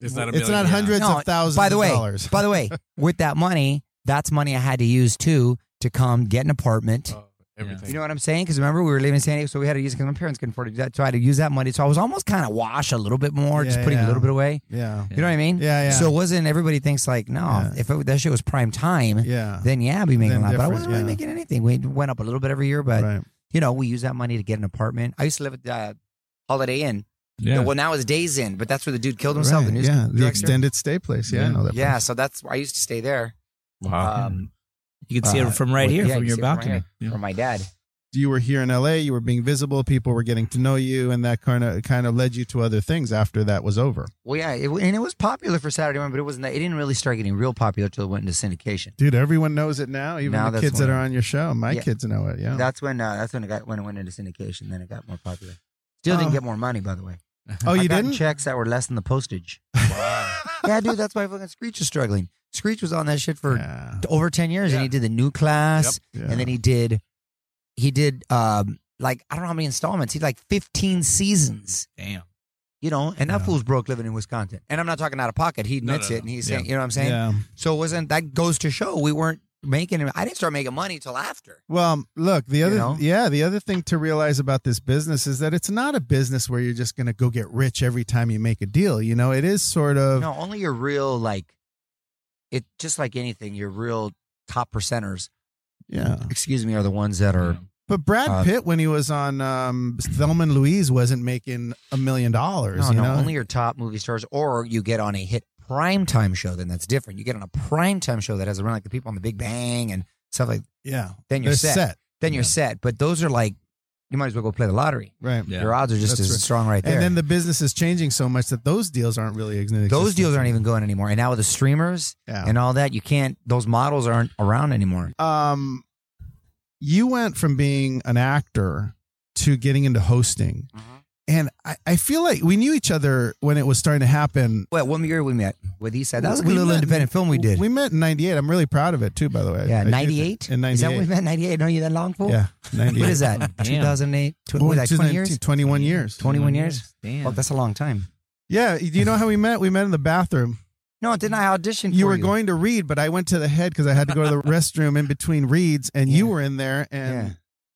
S7: It's not a
S4: it's
S7: million,
S4: not
S7: yeah.
S4: hundreds
S3: No,
S4: of thousands.
S3: by the way,
S4: of dollars.
S3: by the way, with that money, that's money I had to use too to come get an apartment.
S7: Oh, everything.
S3: You know what I'm saying? Because remember, we were living in San Diego, so we had to use because my parents couldn't afford to do that. So I had to use that money. So I was almost kind of wash a little bit more, just
S4: Yeah,
S3: putting
S4: yeah.
S3: a little bit away.
S4: yeah,
S3: You know what I mean?
S4: Yeah, yeah.
S3: So it wasn't everybody thinks like, no,
S4: Yeah.
S3: if it, that shit was prime time,
S4: yeah,
S3: then yeah, I'd be
S4: Then
S3: making a lot. But I
S4: different,
S3: wasn't really
S4: yeah.
S3: making anything. We went up a little bit every year, but
S4: right.
S3: you know, we use that money to get an apartment. I used to live at the uh, Holiday Inn.
S7: Yeah.
S3: Well, now it's Days Inn, but that's where the dude killed himself.
S4: Right,
S3: The news
S4: yeah, the
S3: director.
S4: extended stay place. Yeah, I know that.
S3: Yeah,
S4: place.
S3: so that's I used to stay there.
S7: Wow.
S3: Um,
S6: You can see
S3: Uh,
S6: it from right
S3: with-
S6: here,
S3: yeah,
S6: from
S3: you
S6: your
S3: see it from right
S6: balcony.
S3: here,
S6: Yeah.
S3: from my dad.
S4: You were here in L.A. You were being visible. People were getting to know you, and that kind of kind of led you to other things after that was over.
S3: Well, yeah, it, and it was popular for Saturday morning, but it wasn't. It didn't really start getting real popular till it went into syndication.
S4: Dude, everyone knows it now. Even
S3: Now
S4: the
S3: that's
S4: kids that
S3: when-
S4: are on your show, my
S3: Yeah.
S4: kids know it. Yeah.
S3: That's when. Uh, that's when it got when it went into syndication. Then it got more popular. Still
S4: Oh.
S3: didn't get more money, by the way.
S4: oh,
S3: I
S4: you
S3: got
S4: didn't?
S3: checks that were less than the postage. yeah, dude, that's why fucking Screech is struggling. Screech was on that shit for
S4: Yeah.
S3: t- over 10 years and
S7: Yeah.
S3: he did the new class
S4: Yeah.
S3: and then he did he did um like i don't know how many installments he did like 15 seasons
S6: Damn.
S3: you know and that
S4: Yeah.
S3: fool's broke living in wisconsin and i'm not talking out of pocket he
S7: No,
S3: admits
S7: no,
S3: it and he's
S7: no.
S3: saying you know what i'm saying
S4: Yeah.
S3: so it wasn't that goes to show we weren't making i didn't start making money till after
S4: Well, look, the other
S3: know?
S4: yeah, the other thing to realize about this business is that it's not a business where you're just going to go get rich every time you make a deal, you know? It is sort of
S3: no only your real like it just like anything your real top percenters
S4: yeah.
S3: excuse me are the ones that are
S4: But Brad
S3: Uh,
S4: Pitt when he was on um Thelma and Louise wasn't making a million dollars,
S3: No,
S4: you
S3: no,
S4: know?
S3: only your top movie stars, or you get on a hit primetime show, then that's different. You get on a primetime show that has a run like the people on the Big Bang and stuff like
S4: yeah.
S3: then you're
S4: They're
S3: set. Then you're set. But those are like you might as well go play the lottery.
S4: Right.
S7: Yeah.
S3: Your odds are just
S4: That's
S3: as
S4: right.
S3: strong right there.
S4: And then the business is changing so much that those deals aren't really existing.
S3: those deals aren't even going anymore. And now with the streamers
S4: Yeah.
S3: and all that, you can't those models aren't around anymore.
S4: um you went from being an actor to getting into hosting
S3: Mm-hmm.
S4: and I, I feel like we knew each other when it was starting to happen
S3: Well, one year we met with Eastside. That was like a
S4: We
S3: little
S4: met-
S3: independent film we did.
S4: we met in 98 i'm really proud of it too by the way
S3: yeah,
S4: I did-
S3: ninety eight.
S4: in 98
S3: Is that when we met? Ninety eight. Know you that long fool?
S4: yeah 98
S3: What is that?
S6: Damn.
S3: Two thousand eight.
S4: Well,
S3: Twenty
S4: 2019,
S3: years.
S4: 21 years
S3: 21 years?
S6: Damn.
S3: Well, that's a long time.
S4: yeah do you know how we met we met in the bathroom
S3: No, didn't I audition?
S4: you
S3: for
S4: were going to read but i went to the head because i had to go to the restroom in between reads and you
S3: Yeah.
S4: were in there and
S3: Yeah.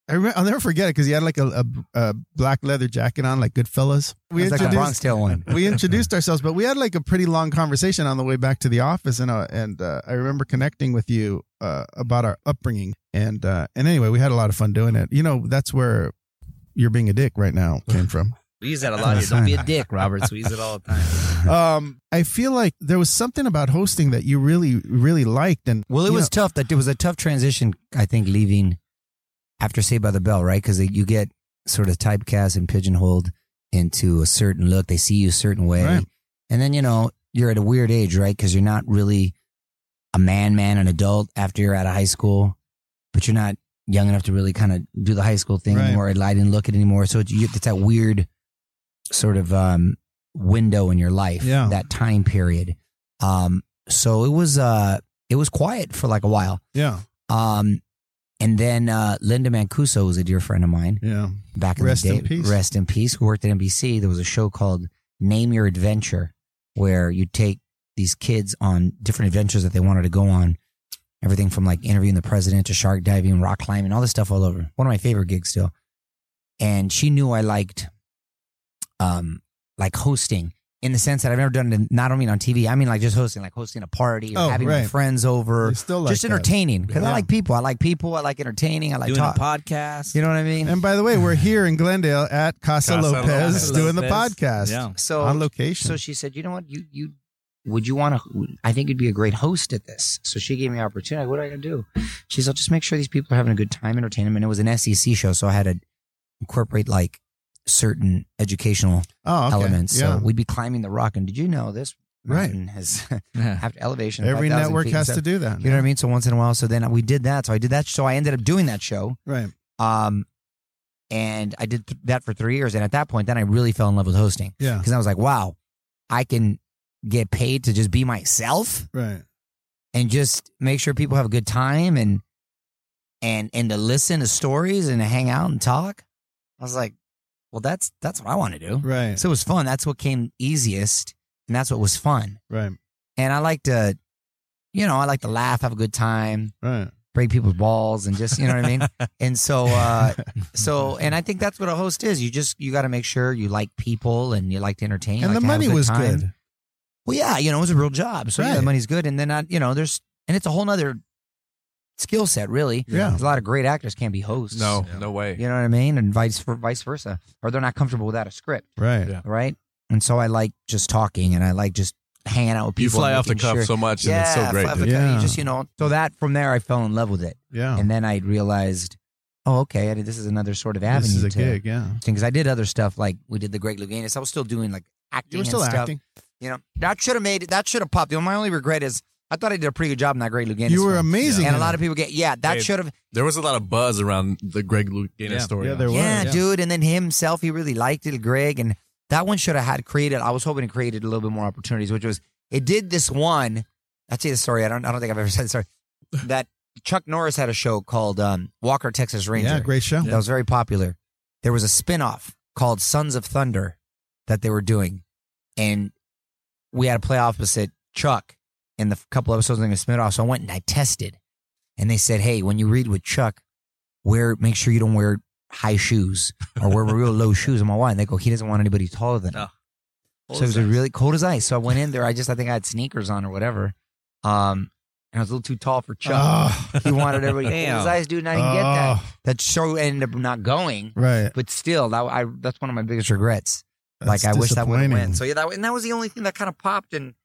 S4: I remember, I'll never forget it because he had like a, a, a black leather jacket on, like Goodfellas. We
S3: It's like a
S4: introduced-
S3: Bronx Tale one.
S4: we introduced ourselves, but we had like a pretty long conversation on the way back to the office, and uh, and uh, I remember connecting with you uh, about our upbringing, and uh, and anyway, we had a lot of fun doing it. You know, that's where you're being a dick right now came from.
S6: We use that a lot here. Don't be a dick, Roberts. We use it all the time.
S4: um, I feel like there was something about hosting that you really really liked, and
S3: Well, it
S4: you
S3: was tough. That it was a tough transition. I think leaving after Saved by the Bell, right? Because you get sort of typecast and pigeonholed into a certain look. They see you a certain way,
S4: Right.
S3: and then you know you're at a weird age, right? Because you're not really a man, man, an adult after you're out of high school, but you're not young enough to really kind of do the high school thing
S4: Right.
S3: anymore. I didn't look it anymore. So it's, you, it's that weird sort of um, window in your life,
S4: Yeah.
S3: that time period. Um, so it was uh, it was quiet for like a while.
S4: yeah,
S3: Um, And then uh, Linda Mancuso was a dear friend of mine
S4: Yeah.
S3: back in
S4: Rest
S3: the day.
S4: in peace.
S3: Rest in peace. Who worked at NBC. There was a show called Name Your Adventure, where you take these kids on different adventures that they wanted to go on. Everything from like interviewing the president to shark diving, rock climbing, all this stuff all over. One of my favorite gigs still. And she knew I liked, um, like hosting in the sense that I've never done it. Not only on TV, I mean like just hosting, like hosting a party or
S4: Oh,
S3: having my
S4: right.
S3: friends over,
S4: You still like
S3: just
S4: that.
S3: entertaining. Because I
S4: Yeah.
S3: like people. I like people. I like entertaining. I like
S6: Doing
S3: talk.
S6: a podcast.
S3: you know what I mean?
S4: And by the way, we're here in Glendale at Casa,
S7: Casa
S4: Lopez
S7: Lopez.
S4: doing the
S6: Lopez.
S4: podcast
S7: Yeah.
S3: so
S4: on location.
S3: So she said, "You know what? You you would you want to? I think you'd be a great host at this." So she gave me an opportunity. What do I gotta do? She said, "Just make sure these people are having a good time, entertain them." And it was an SEC show, so I had to incorporate like certain educational
S4: oh, okay.
S3: elements.
S4: Yeah.
S3: So we'd be climbing the rock, and did you know this
S4: Right.
S3: mountain has after elevation? of
S4: Every
S3: 5,000
S4: network
S3: feet and
S4: has
S3: stuff.
S4: to do that.
S3: You know what I mean? So once in a while, so then we did that. So I did that. So I ended up doing that show.
S4: Right.
S3: Um, and I did th- that for three years. And at that point, then I really fell in love with hosting
S4: Yeah.
S3: because I was like, wow, I can get paid to just be myself
S4: Right.
S3: and just make sure people have a good time and and and to listen to stories and to hang out and talk. I was like, well, that's that's what I want to do.
S4: Right.
S3: So it was fun. That's what came easiest, and that's what was fun.
S4: Right.
S3: And I like to, you know, I like to laugh, have a good time,
S4: Right.
S3: break people's balls, and just you know what I mean. And so, uh, so, and I think that's what a host is. You just you got to make sure you like people and you like to entertain. you
S4: and
S3: like
S4: the
S3: to have a
S4: money
S3: good
S4: was
S3: time.
S4: good.
S3: Well, yeah, you know, it was a real job. So yeah, the
S4: Right.
S3: money's good. And then, I, you know, there's, and it's a whole nother skill set, really.
S4: Yeah.
S3: There's a lot of great actors can't be hosts.
S7: No, no way.
S3: You know what I mean? And vice, vice versa. Or they're not comfortable without a script,
S4: Right.
S7: Yeah.
S3: right? And so I like just talking and I like just hanging out with people.
S7: You fly
S3: and
S7: off the
S3: making
S7: cuff
S3: sure-
S7: so much,
S3: yeah,
S7: and it's so
S3: I
S7: great.
S3: fly off the
S7: dude.
S3: cuff. You
S4: Yeah.
S3: just, you know, so that from there, I fell in love with it.
S4: Yeah.
S3: And then I realized, oh, okay, I did, this is another sort of avenue
S4: this is a
S3: to
S4: gig. Yeah.
S3: Because I did other stuff like we did the Greg Louganis. I was still doing like acting
S4: You were
S3: and
S4: still
S3: stuff.
S4: acting.
S3: You know, that should have made that should have popped. You know, my only regret is I thought I did a pretty good job in that Greg Louganis.
S4: You were
S3: film.
S4: amazing.
S3: and a
S4: in
S3: lot
S4: it.
S3: of people get yeah, that
S7: Hey,
S3: should have
S7: There was a lot of buzz around the Greg Louganis
S1: Yeah.
S7: story.
S4: Yeah, there was.
S3: yeah,
S4: yeah.
S3: dude. And then himself, he really liked it, Greg, and that one should have had created. I was hoping it created a little bit more opportunities, which was it did this one. I tell you the story. I don't. I don't think I've ever said the story. That Chuck Norris had a show called um, Walker Texas Ranger.
S4: Yeah, great show.
S3: that was very popular. There was a spin-off called Sons of Thunder that they were doing. And we had a play opposite Chuck in the f- couple episodes in the spin-off. So I went and I tested. And they said, hey, when you read with Chuck, wear make sure you don't wear high shoes or wear real low shoes. I'm like, why? And they go, he doesn't want anybody taller than him. so it was a really cold as ice. So I went in there. I just, I think I had sneakers on or whatever. Um, and I was a little too tall for Chuck.
S4: Oh,
S3: He wanted everybody cold
S6: Damn.
S3: as ice, dude. And I didn't get that
S4: Oh,
S3: that show ended up not going,
S4: Right.
S3: but still, that I that's one of my biggest regrets.
S4: That's
S3: like I wish that would have
S4: disappointing.
S3: went. So yeah, that and that was the only thing that kind of popped and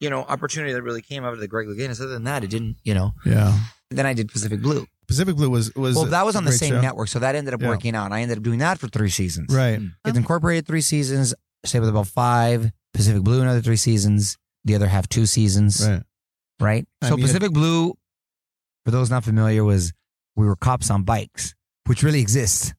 S3: you know opportunity that really came out of the Greg Louganis. Other than that, it didn't. You know.
S4: Yeah.
S3: Then I did Pacific Blue.
S4: Pacific Blue was was
S3: Well,
S4: a
S3: that was on the
S4: great
S3: same
S4: show.
S3: network, so that ended up
S4: Yeah.
S3: working out. I ended up doing that for three seasons.
S4: Right.
S3: It's incorporated three seasons. Stay with about five. Pacific Blue another three seasons. The other half two seasons.
S4: Right.
S3: right?
S4: I
S3: so
S4: mean, it-
S3: Pacific Blue, for those not familiar, was we were cops on bikes, which really exists.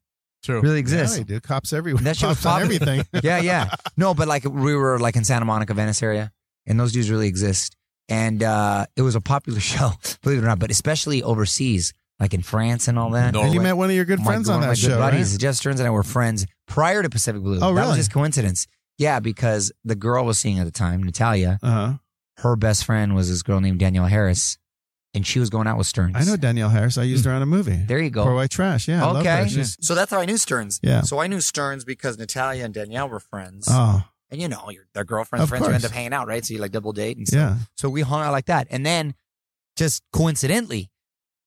S7: True.
S3: Really
S4: Yeah,
S3: exists.
S4: they do. Cops everywhere.
S3: That shit was
S4: Cops on
S3: popular.
S4: everything.
S3: yeah, yeah. No, but like we were like in Santa Monica, Venice area, and those dudes really exist. And uh, it was a popular show, believe it or not, but especially overseas, like in France and all that.
S7: No,
S4: And you
S7: Norway.
S4: met one of your good
S3: My-
S4: friends on
S3: one of
S4: that
S3: my
S4: show.
S3: good buddies,
S4: right?
S3: Jess Stearns and I were friends prior to Pacific Blue.
S4: Oh,
S3: That was
S4: really?
S3: just coincidence. Yeah, because the girl was seeing at the time, Natalia,
S4: Uh-huh.
S3: her best friend was this girl named Danielle Harris, and she was going out with Stearns.
S4: I know Danielle Harris. I used her on a movie.
S3: Hmm. There you go.
S4: Poor White Trash. Yeah. I love her.
S3: okay.
S4: She's-
S3: So that's how I knew Stearns.
S4: Yeah.
S3: So I knew Stearns because Natalia and Danielle were friends.
S4: Oh,
S3: and you know, your, their girlfriends,
S4: Of
S3: friends, you end
S4: course.
S3: up hanging out, right? So you like double date and stuff.
S4: yeah.
S3: So we hung out like that. And then just coincidentally,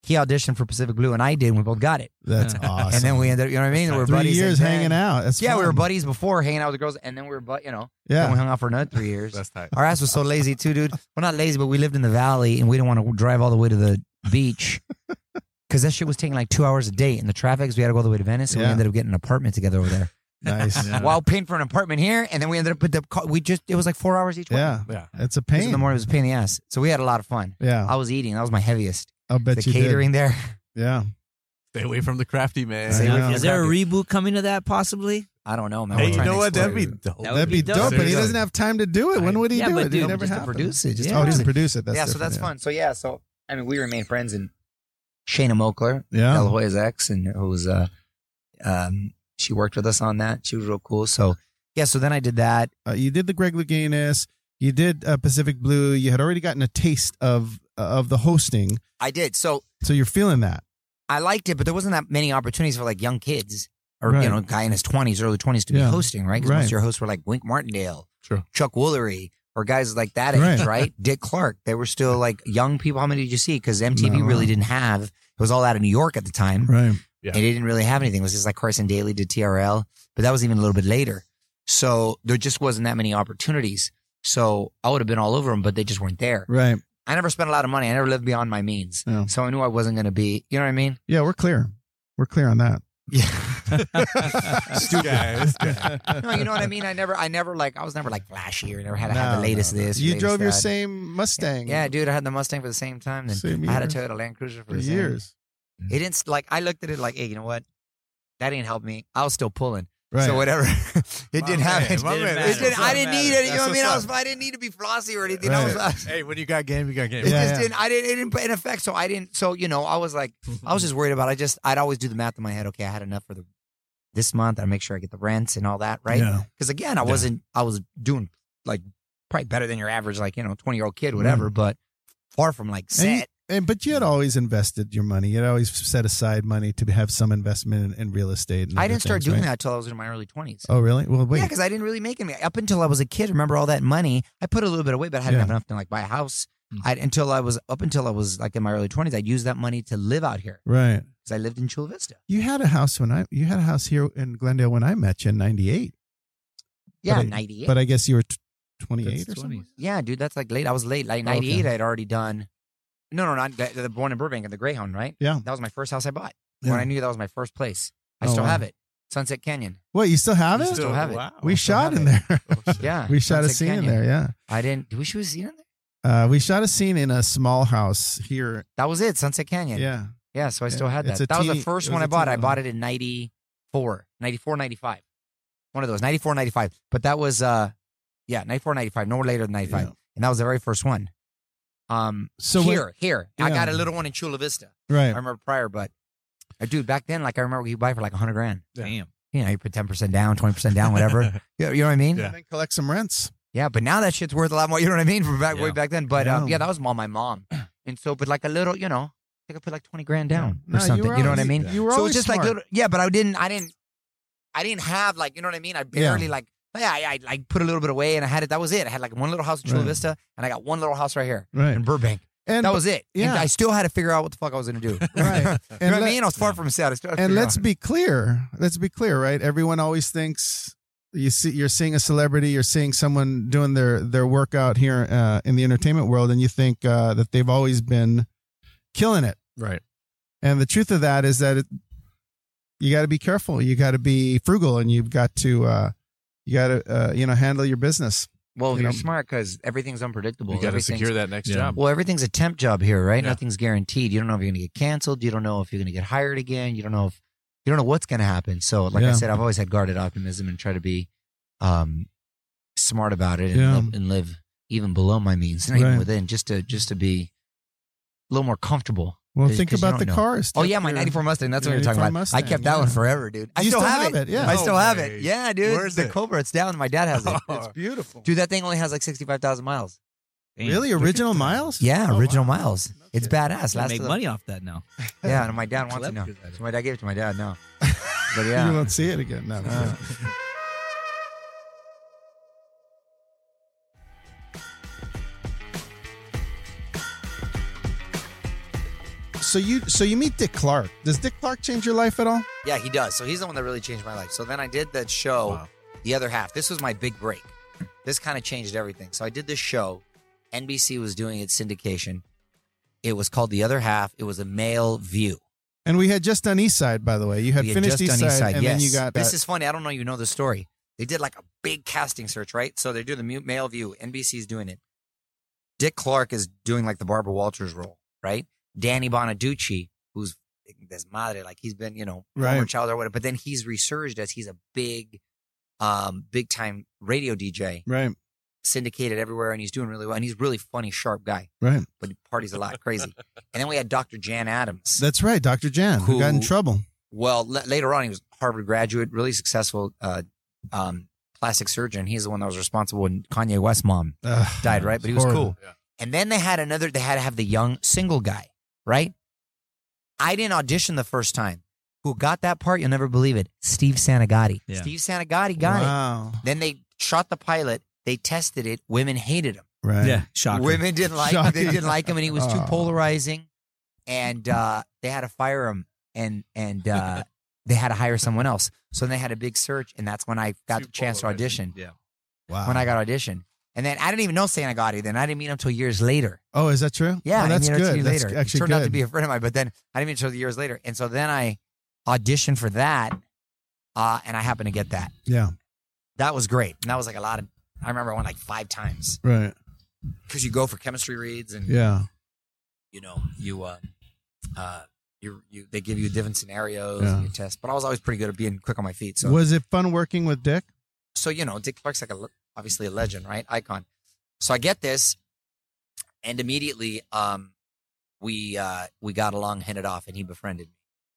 S3: he auditioned for Pacific Blue and I did, and we both got it.
S4: That's awesome.
S3: And then we ended up, you know what I mean? We were
S4: three
S3: buddies. and
S4: years
S3: then-
S4: hanging out. That's
S3: Yeah, we
S4: fun.
S3: were buddies before hanging out with the girls, and then we were, but you know, then we
S4: Yeah.
S3: hung out for another three years.
S7: That's tight.
S3: Our ass was so lazy too, dude. We're not lazy, but we lived in the valley and we didn't want to drive all the way to the beach because that shit was taking like two hours a day in the traffic. So we had to go all the way to Venice, and we
S4: Yeah.
S3: ended up getting an apartment together over there
S4: Nice. yeah.
S3: while paying for an apartment here. And then we ended up with the car. We just it was like four hours each way.
S7: Yeah.
S4: It's a
S3: Just
S4: pain.
S3: in the morning it was a pain in the ass. So we had a lot of fun.
S4: yeah.
S3: I was eating. That was my heaviest.
S4: I'll bet
S3: the
S4: you
S3: catering there.
S4: did. Yeah.
S7: Stay away from the crafty man.
S4: Stay away
S7: Yeah.
S4: from
S6: Is there a reboot coming to that possibly?
S3: I don't know, man. We're
S7: Hey, you
S3: trying
S7: know
S3: to
S7: what?
S3: explore
S7: That'd be
S3: it.
S7: dope.
S6: That
S4: That'd be
S6: would be
S4: dope,
S6: dope.
S4: but he
S7: Seriously.
S4: doesn't have time to do it. When would he
S6: Yeah,
S4: do
S6: but
S4: it?
S6: dude,
S4: it never
S3: just to
S4: happened.
S3: produce it. Just
S4: oh,
S3: produce
S4: just
S3: it.
S4: produce it. That's
S3: yeah, so that's
S4: different,
S3: fun. So yeah, so I mean, we remain friends, and Shayna Mokler,
S4: Yeah.
S3: De La Hoya's ex, and who was uh, um, she worked with us on that. She was real cool. So yeah, so then I did that.
S4: Uh, you did the Greg Louganis. You did uh, Pacific Blue. You had already gotten a taste of uh, of the hosting,
S3: I did. So
S4: so you're feeling that.
S3: I liked it, but there wasn't that many opportunities for like young kids or
S4: Right.
S3: you know, a guy in his twenties, early twenties to
S4: Yeah.
S3: be hosting, right? Because most
S4: Right.
S3: of your hosts were like Wink Martindale,
S5: Sure.
S3: Chuck Woolery, or guys like that
S4: Right.
S3: age, right? Dick Clark. They were still like young people. How many did you see? Because MTV
S4: Not a
S3: really
S4: lot.
S3: didn't have. It was all out of New York at the time,
S4: Right.
S5: Yeah.
S3: and it didn't really have anything. It was just like Carson Daly did TRL, but that was even a little bit later. So there just wasn't that many opportunities. So I would have been all over them, but they just weren't there.
S4: Right.
S3: I never spent a lot of money. I never lived beyond my means.
S4: Yeah.
S3: So I knew I wasn't going to be, you know what I mean?
S4: Yeah, we're clear. We're clear on that.
S5: Stupid. guy, this guy.
S3: No, you know what I mean. I never, I never like, I was never like flashy or never had to have the
S4: No,
S3: latest
S4: no, no.
S3: this. or
S4: You
S3: latest
S4: drove your
S3: that.
S4: same Mustang.
S3: Yeah, dude, I had the Mustang for the same time. Then
S4: Same
S3: I had a
S4: year.
S3: Toyota Land Cruiser for,
S4: for
S3: the same-
S4: years.
S3: It didn't s- like. I looked at it like, hey, you know what? That didn't help me. I was still pulling.
S4: Right.
S3: So whatever. it didn't happen.
S5: my man,
S3: It
S5: that's
S3: didn't,
S5: what's
S3: I
S5: up,
S3: didn't
S5: man.
S3: need it. You know
S5: That's
S3: what I mean?
S5: what's
S3: I was.
S5: up.
S3: I didn't need to be flossy or anything. I
S4: Right.
S3: was.
S5: Hey, when you got game, you got game.
S3: It
S4: Yeah,
S3: just
S4: yeah.
S3: didn't. I didn't. It didn't. In effect, so I didn't. So you know, I was like, I was just worried about. I just, I'd always do the math in my head. Okay, I had enough for the this month. I make sure I get the rents and all that. Right.
S4: Yeah.
S3: Because again, I wasn't. I was doing like probably better than your average, like you know, twenty year old kid, whatever. But far from like
S4: And Mm. you-
S3: set.
S4: And but you had always invested your money. You had always set aside money to have some investment in, in real estate. And
S3: I
S4: other
S3: didn't start
S4: things,
S3: doing
S4: right?
S3: that till I was in my early twenties.
S4: Oh really? Well, wait.
S3: Yeah, because I didn't really make any. Up until I was a kid, remember all that money? I put a little bit away, but I hadn't
S4: Yeah. Mm.
S3: have enough to like buy a house. I until I was up until I was like in my early twenties. I used that money to live out here
S4: right.
S3: because I lived in Chula Vista.
S4: You had a house when I. You had a house here in Glendale when I met you in '98.
S3: Yeah,
S4: But I-
S3: ninety eight.
S4: But I guess you were t-
S5: That's
S4: 28 or something.
S5: 20s.
S3: Yeah, dude, that's like late. I was late. Like
S4: Oh, okay.
S3: ninety eight, I had already done. No, no, not the, the born in Burbank at the Greyhound, right?
S4: Yeah.
S3: That was my first house I bought.
S4: Yeah.
S3: When I knew that was my first place, I
S4: Oh,
S3: still
S4: wow.
S3: have it. Sunset Canyon.
S4: Wait, you still have
S5: You
S4: it?
S3: still have it.
S4: we
S3: I still
S4: shot
S3: have
S4: in
S3: it.
S4: there.
S3: Yeah,
S4: Oh, we shot a
S3: Sunset
S4: scene in
S3: Canyon.
S4: there. Yeah.
S3: I didn't. Did we shoot a scene in there?
S4: Uh, we shot a scene in a small house here.
S3: That was it. Sunset Canyon.
S4: Yeah.
S3: Yeah, so I
S4: Yeah,
S3: still had
S4: it's a
S3: that. That was the
S4: teeny-
S3: first
S4: it was
S3: one
S4: a uh-huh.
S3: I bought. I
S4: teeny
S3: bought it in 94, 94, 95. One of those, 94, 95. But that was, uh, yeah, 94, 95, no later than 95.
S4: Yeah.
S3: And that was the very first one. Um,
S4: So when-
S3: here, here. I
S4: Yeah.
S3: got a little one in Chula Vista. I
S4: Right.
S3: remember prior, but uh, dude, back then, like I remember you buy for like 100 grand.
S5: Damn.
S3: You know, you put 10% down, 20% down, whatever. you, you know what I mean?
S5: Yeah.
S4: And then collect some rents.
S3: Yeah, but now that shit's worth a lot more. You know what I mean? From back way
S5: Yeah.
S3: back then. But um,
S4: Yeah.
S3: yeah, that was all my mom. And so, but like a little, you know, I think I put like twenty grand down
S4: No,
S3: or something.
S4: were
S3: You, know what I
S4: always-
S3: mean?
S4: You were
S3: so it was
S4: always
S3: just like
S4: smart.
S3: little, yeah, but I didn't, I didn't, I didn't have like you know what I mean. I barely like yeah, I, I like put a little bit away and I had it. That was it. I had like one little house in Chula
S4: Right.
S3: Vista and I got one little house right here in
S4: right.
S3: Burbank.
S4: And
S3: that was it.
S4: yeah.
S3: And I still had to figure out what the fuck I was gonna do.
S4: Right.
S3: you know
S4: And
S3: what I
S4: let-
S3: mean? I was far from set. I still had to
S4: and
S3: figure
S4: let's
S3: out.
S4: be clear. Let's be clear, right? Everyone always thinks you see you're seeing a celebrity, you're seeing someone doing their their workout here uh, in the entertainment world, and you think uh, that they've always been killing it.
S5: Right.
S4: And the truth of that is that it, you got to be careful. You got to be frugal, and you've got to uh, you got to uh, you know handle your business.
S3: well,
S4: you
S3: you are
S4: know.
S3: smart because everything's unpredictable.
S5: You got to
S3: Everything's-
S5: secure that next
S4: Yeah.
S5: job.
S3: Well, everything's a temp job here, right?
S5: Yeah.
S3: Nothing's guaranteed. You don't know if you're going to get canceled. You don't know if you're going to get hired again. You don't know if you don't know what's going to happen. So, like I
S4: Yeah.
S3: said, I've always had guarded optimism and try to be um, smart about it and,
S4: Yeah.
S3: live, and live even below my means, not
S4: Right.
S3: even within, just to just to be a little more comfortable.
S4: Well,
S3: 'Cause-
S4: think
S3: 'cause you
S4: about
S3: don't
S4: the
S3: know.
S4: cars.
S3: Oh yeah, my '94 Mustang. That's what you're talking
S4: 94
S3: about. I
S4: Mustang,
S3: kept that one
S4: yeah.
S3: forever, dude. I
S4: You
S3: still,
S4: still
S3: have,
S4: have
S3: it.
S4: it, yeah.
S3: I still
S5: No
S3: have
S5: way.
S3: it. Yeah, dude.
S5: Where
S3: it's
S5: is
S3: the
S5: it?
S3: Cobra. It's down. My dad has it.
S5: It's
S4: beautiful.
S3: Dude, that thing only has like sixty-five thousand miles.
S4: Really, original miles?
S3: Yeah,
S4: Oh,
S3: original
S4: wow.
S3: miles.
S4: No
S3: It's
S4: kidding.
S3: badass. Last
S8: make
S3: of the-
S8: money off that now.
S3: Yeah, and my dad wants to know.
S8: Clever.
S3: So my dad gave it to my dad now. But
S4: You
S3: yeah, Uh.
S4: won't see it again. No. So you so you meet Dick Clark. Does Dick Clark change your life at all?
S3: yeah, he does. So he's the one that really changed my life. So then I did that show,
S5: Wow.
S3: the other half. This was my big break. This kind of changed everything. So I did this show. NBC was doing its syndication. It was called The Other Half. It was a male view.
S4: And we had just done East Side, by the way. You had
S3: We had
S4: finished
S3: just
S4: East
S3: done
S4: Side,
S3: East Side,
S4: and then
S3: yes.
S4: you got
S3: This
S4: that.
S3: is funny. I don't know. You know the story. They did like a big casting search, right? So they do the mu- male view. NBC's doing it. Dick Clark is doing like the Barbara Walters role, right? Danny Bonaducci, who's this madre, like he's been, you know, former
S4: Right.
S3: child or whatever. But then he's resurged as he's a big, um, big time radio DJ
S4: right.
S3: syndicated everywhere, and he's doing really well. And he's a really funny, sharp guy,
S9: Right.
S3: but he parties a lot, crazy. And then we had Dr. Jan Adams.
S9: That's right, Dr. Jan, who got in
S3: Who-
S9: trouble.
S3: Well, l- later on, he was a Harvard graduate, really successful uh, um, plastic surgeon. He's the one that was responsible when Kanye West mom
S9: Ugh.
S3: died, right? But he was
S9: Horrible.
S3: cool. And then they had another. They had to have the young single guy, right? I didn't audition the first time. Who got that part? You'll never believe it. Steve Sanagati.
S6: Yeah.
S3: Steve Sanagati got it.
S9: wow.
S3: Then they shot the pilot. They tested it. Women hated him.
S9: Right.
S6: Yeah, shocking.
S3: Women didn't like him. They
S9: Shocking.
S3: didn't like him, and he was too
S9: Oh.
S3: polarizing. And uh, they had to fire him, and and uh, they had to hire someone else. So they had a big search, and that's when I got the chance to audition.
S1: Yeah.
S9: Wow.
S3: When I got auditioned, and then I didn't even know Sanagati. Then I didn't meet him until years later.
S9: oh, is that true?
S3: Yeah,
S9: Oh,
S3: I
S9: that's
S3: mean,
S9: good.
S3: Years
S9: That's
S3: later.
S9: actually
S3: he turned
S9: good.
S3: out to be a friend of mine, but then I didn't meet until years later, and so then I auditioned for that, uh, and I happened to get that.
S9: yeah.
S3: That was great, and that was like a lot of. I remember I went like five times
S9: Right.
S3: because you go for chemistry reads, and
S9: Yeah.
S3: you know you, uh, uh, you you they give you different scenarios
S9: Yeah.
S3: and you test. But I was always pretty good at being quick on my feet, so
S9: was it fun working with Dick?
S3: so you know dick clark's like a, obviously a legend right icon so i get this and immediately um we uh we got along hit it off and he befriended me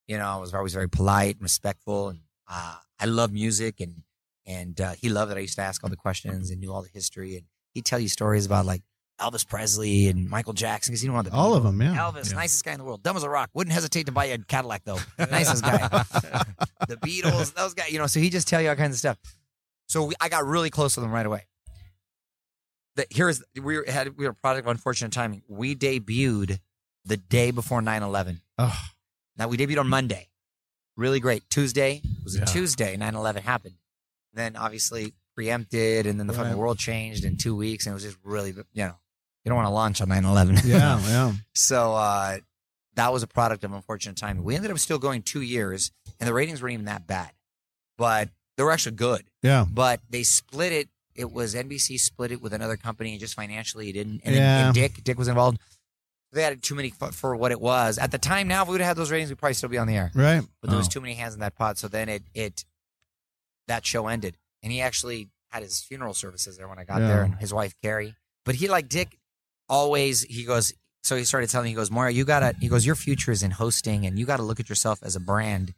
S3: you know i was always very polite and respectful and uh i love music and and uh, he loved that i used to ask all the questions and knew all the history and he'd tell you stories about like elvis presley and michael jackson because he wanted
S9: All of them, yeah.
S3: Elvis, nicest guy in the world. Dumb as a rock. Wouldn't hesitate to buy you a Cadillac though. Nicest guy. the Beatles, those guys. You know, so he just tell you all kinds of stuff. So we, I got really close with him right away. The, here is we were- had we were a product of unfortunate timing. We debuted the day before 9-11.
S9: Oh,
S3: Now we debuted on Monday. Really great. Tuesday it was a Tuesday. 9-11 happened. Then obviously preempted, and then the fucking
S9: Right.
S3: world changed in two weeks, and it was just really you know you don't want to launch on 9-11.
S9: yeah, yeah.
S3: So uh, that was a product of unfortunate timing. We ended up still going two years, and the ratings weren't even that bad, but they were actually good.
S9: Yeah.
S3: But they split it. It was NBC split it with another company, and just financially, it didn't. And,
S9: Yeah.
S3: and Dick, Dick was involved. They had too many for, for what it was at the time. Now, if we would have had those ratings, we'd probably still be on the air.
S9: Right.
S3: But there was
S6: Oh.
S3: too many hands in that pot. So then it it that show ended, and he actually had his funeral services there when I got
S9: Yeah.
S3: there, and his wife Carrie. But he like Dick always he goes. So he started telling me, he goes, Mario, you gotta. He goes, your future is in hosting, and you gotta look at yourself as a brand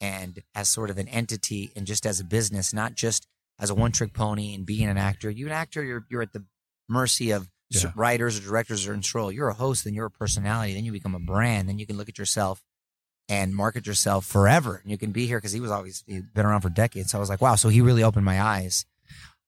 S3: and as sort of an entity, and just as a business, not just as a one trick pony and being an actor. You an actor, you're you're at the mercy of s-
S9: Yeah.
S3: writers or directors or in control. You're a host, then you're a personality, then you become a brand, then you can look at yourself and market yourself forever. And you can be here because he was always he'd been around for decades. So I was like, wow. So he really opened my eyes.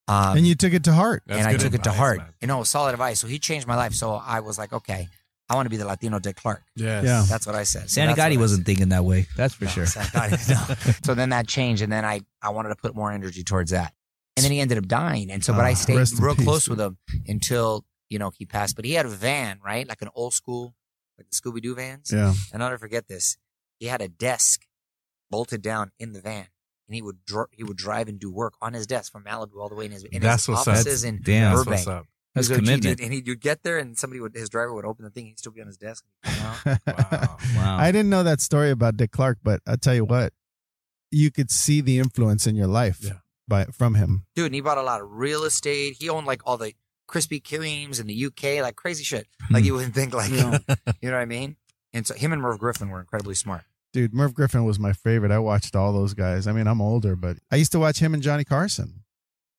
S3: Um,
S9: and you took it to heart.
S1: That's
S3: and I
S1: good
S3: took it to
S1: advice,
S3: heart.
S1: man.
S3: You know, solid advice. So he changed my life. So I was like, okay, I want to be the Latino Dick Clark.
S1: Yes.
S9: Yeah.
S3: That's what I said. So that's what I
S6: Sanagati wasn't thinking that way. That's for
S3: no,
S6: sure.
S3: Seth Godin, no. so then that changed, and then I, I wanted to put more energy towards that, and then he ended up dying, and so but
S9: Ah,
S3: I stayed
S9: rest in
S3: real
S9: peace.
S3: close with him until you know he passed. But he had a van, right, like an old school, like the Scooby Doo vans.
S9: Yeah.
S3: And I'll never forget this. He had a desk bolted down in the van, and he would dr- he would drive and do work on his desk from Malibu all the way in his in
S1: That's
S3: his
S1: what's up.
S3: offices in
S6: Damn.
S1: That's
S3: Burbank.
S1: what's up.
S6: That's
S3: He'd go, "Gee,
S6: commitment.
S3: dude," and he'd, you'd get there, and somebody would his driver would open the thing, and he'd still be on his desk. Wow.
S1: Wow.
S6: Wow.
S9: I didn't know that story about Dick Clark, but I'll tell you what, you could see the influence in your life
S1: Yeah.
S9: by from him.
S3: dude, and he bought a lot of real estate. He owned like all the Krispy Kremes in the UK, like crazy shit. Like you
S9: Hmm.
S3: wouldn't think, like you know what I mean. And so him and Merv Griffin were incredibly smart.
S9: Dude, Merv Griffin was my favorite. I watched all those guys. I mean, I'm older, but I used to watch him and Johnny Carson.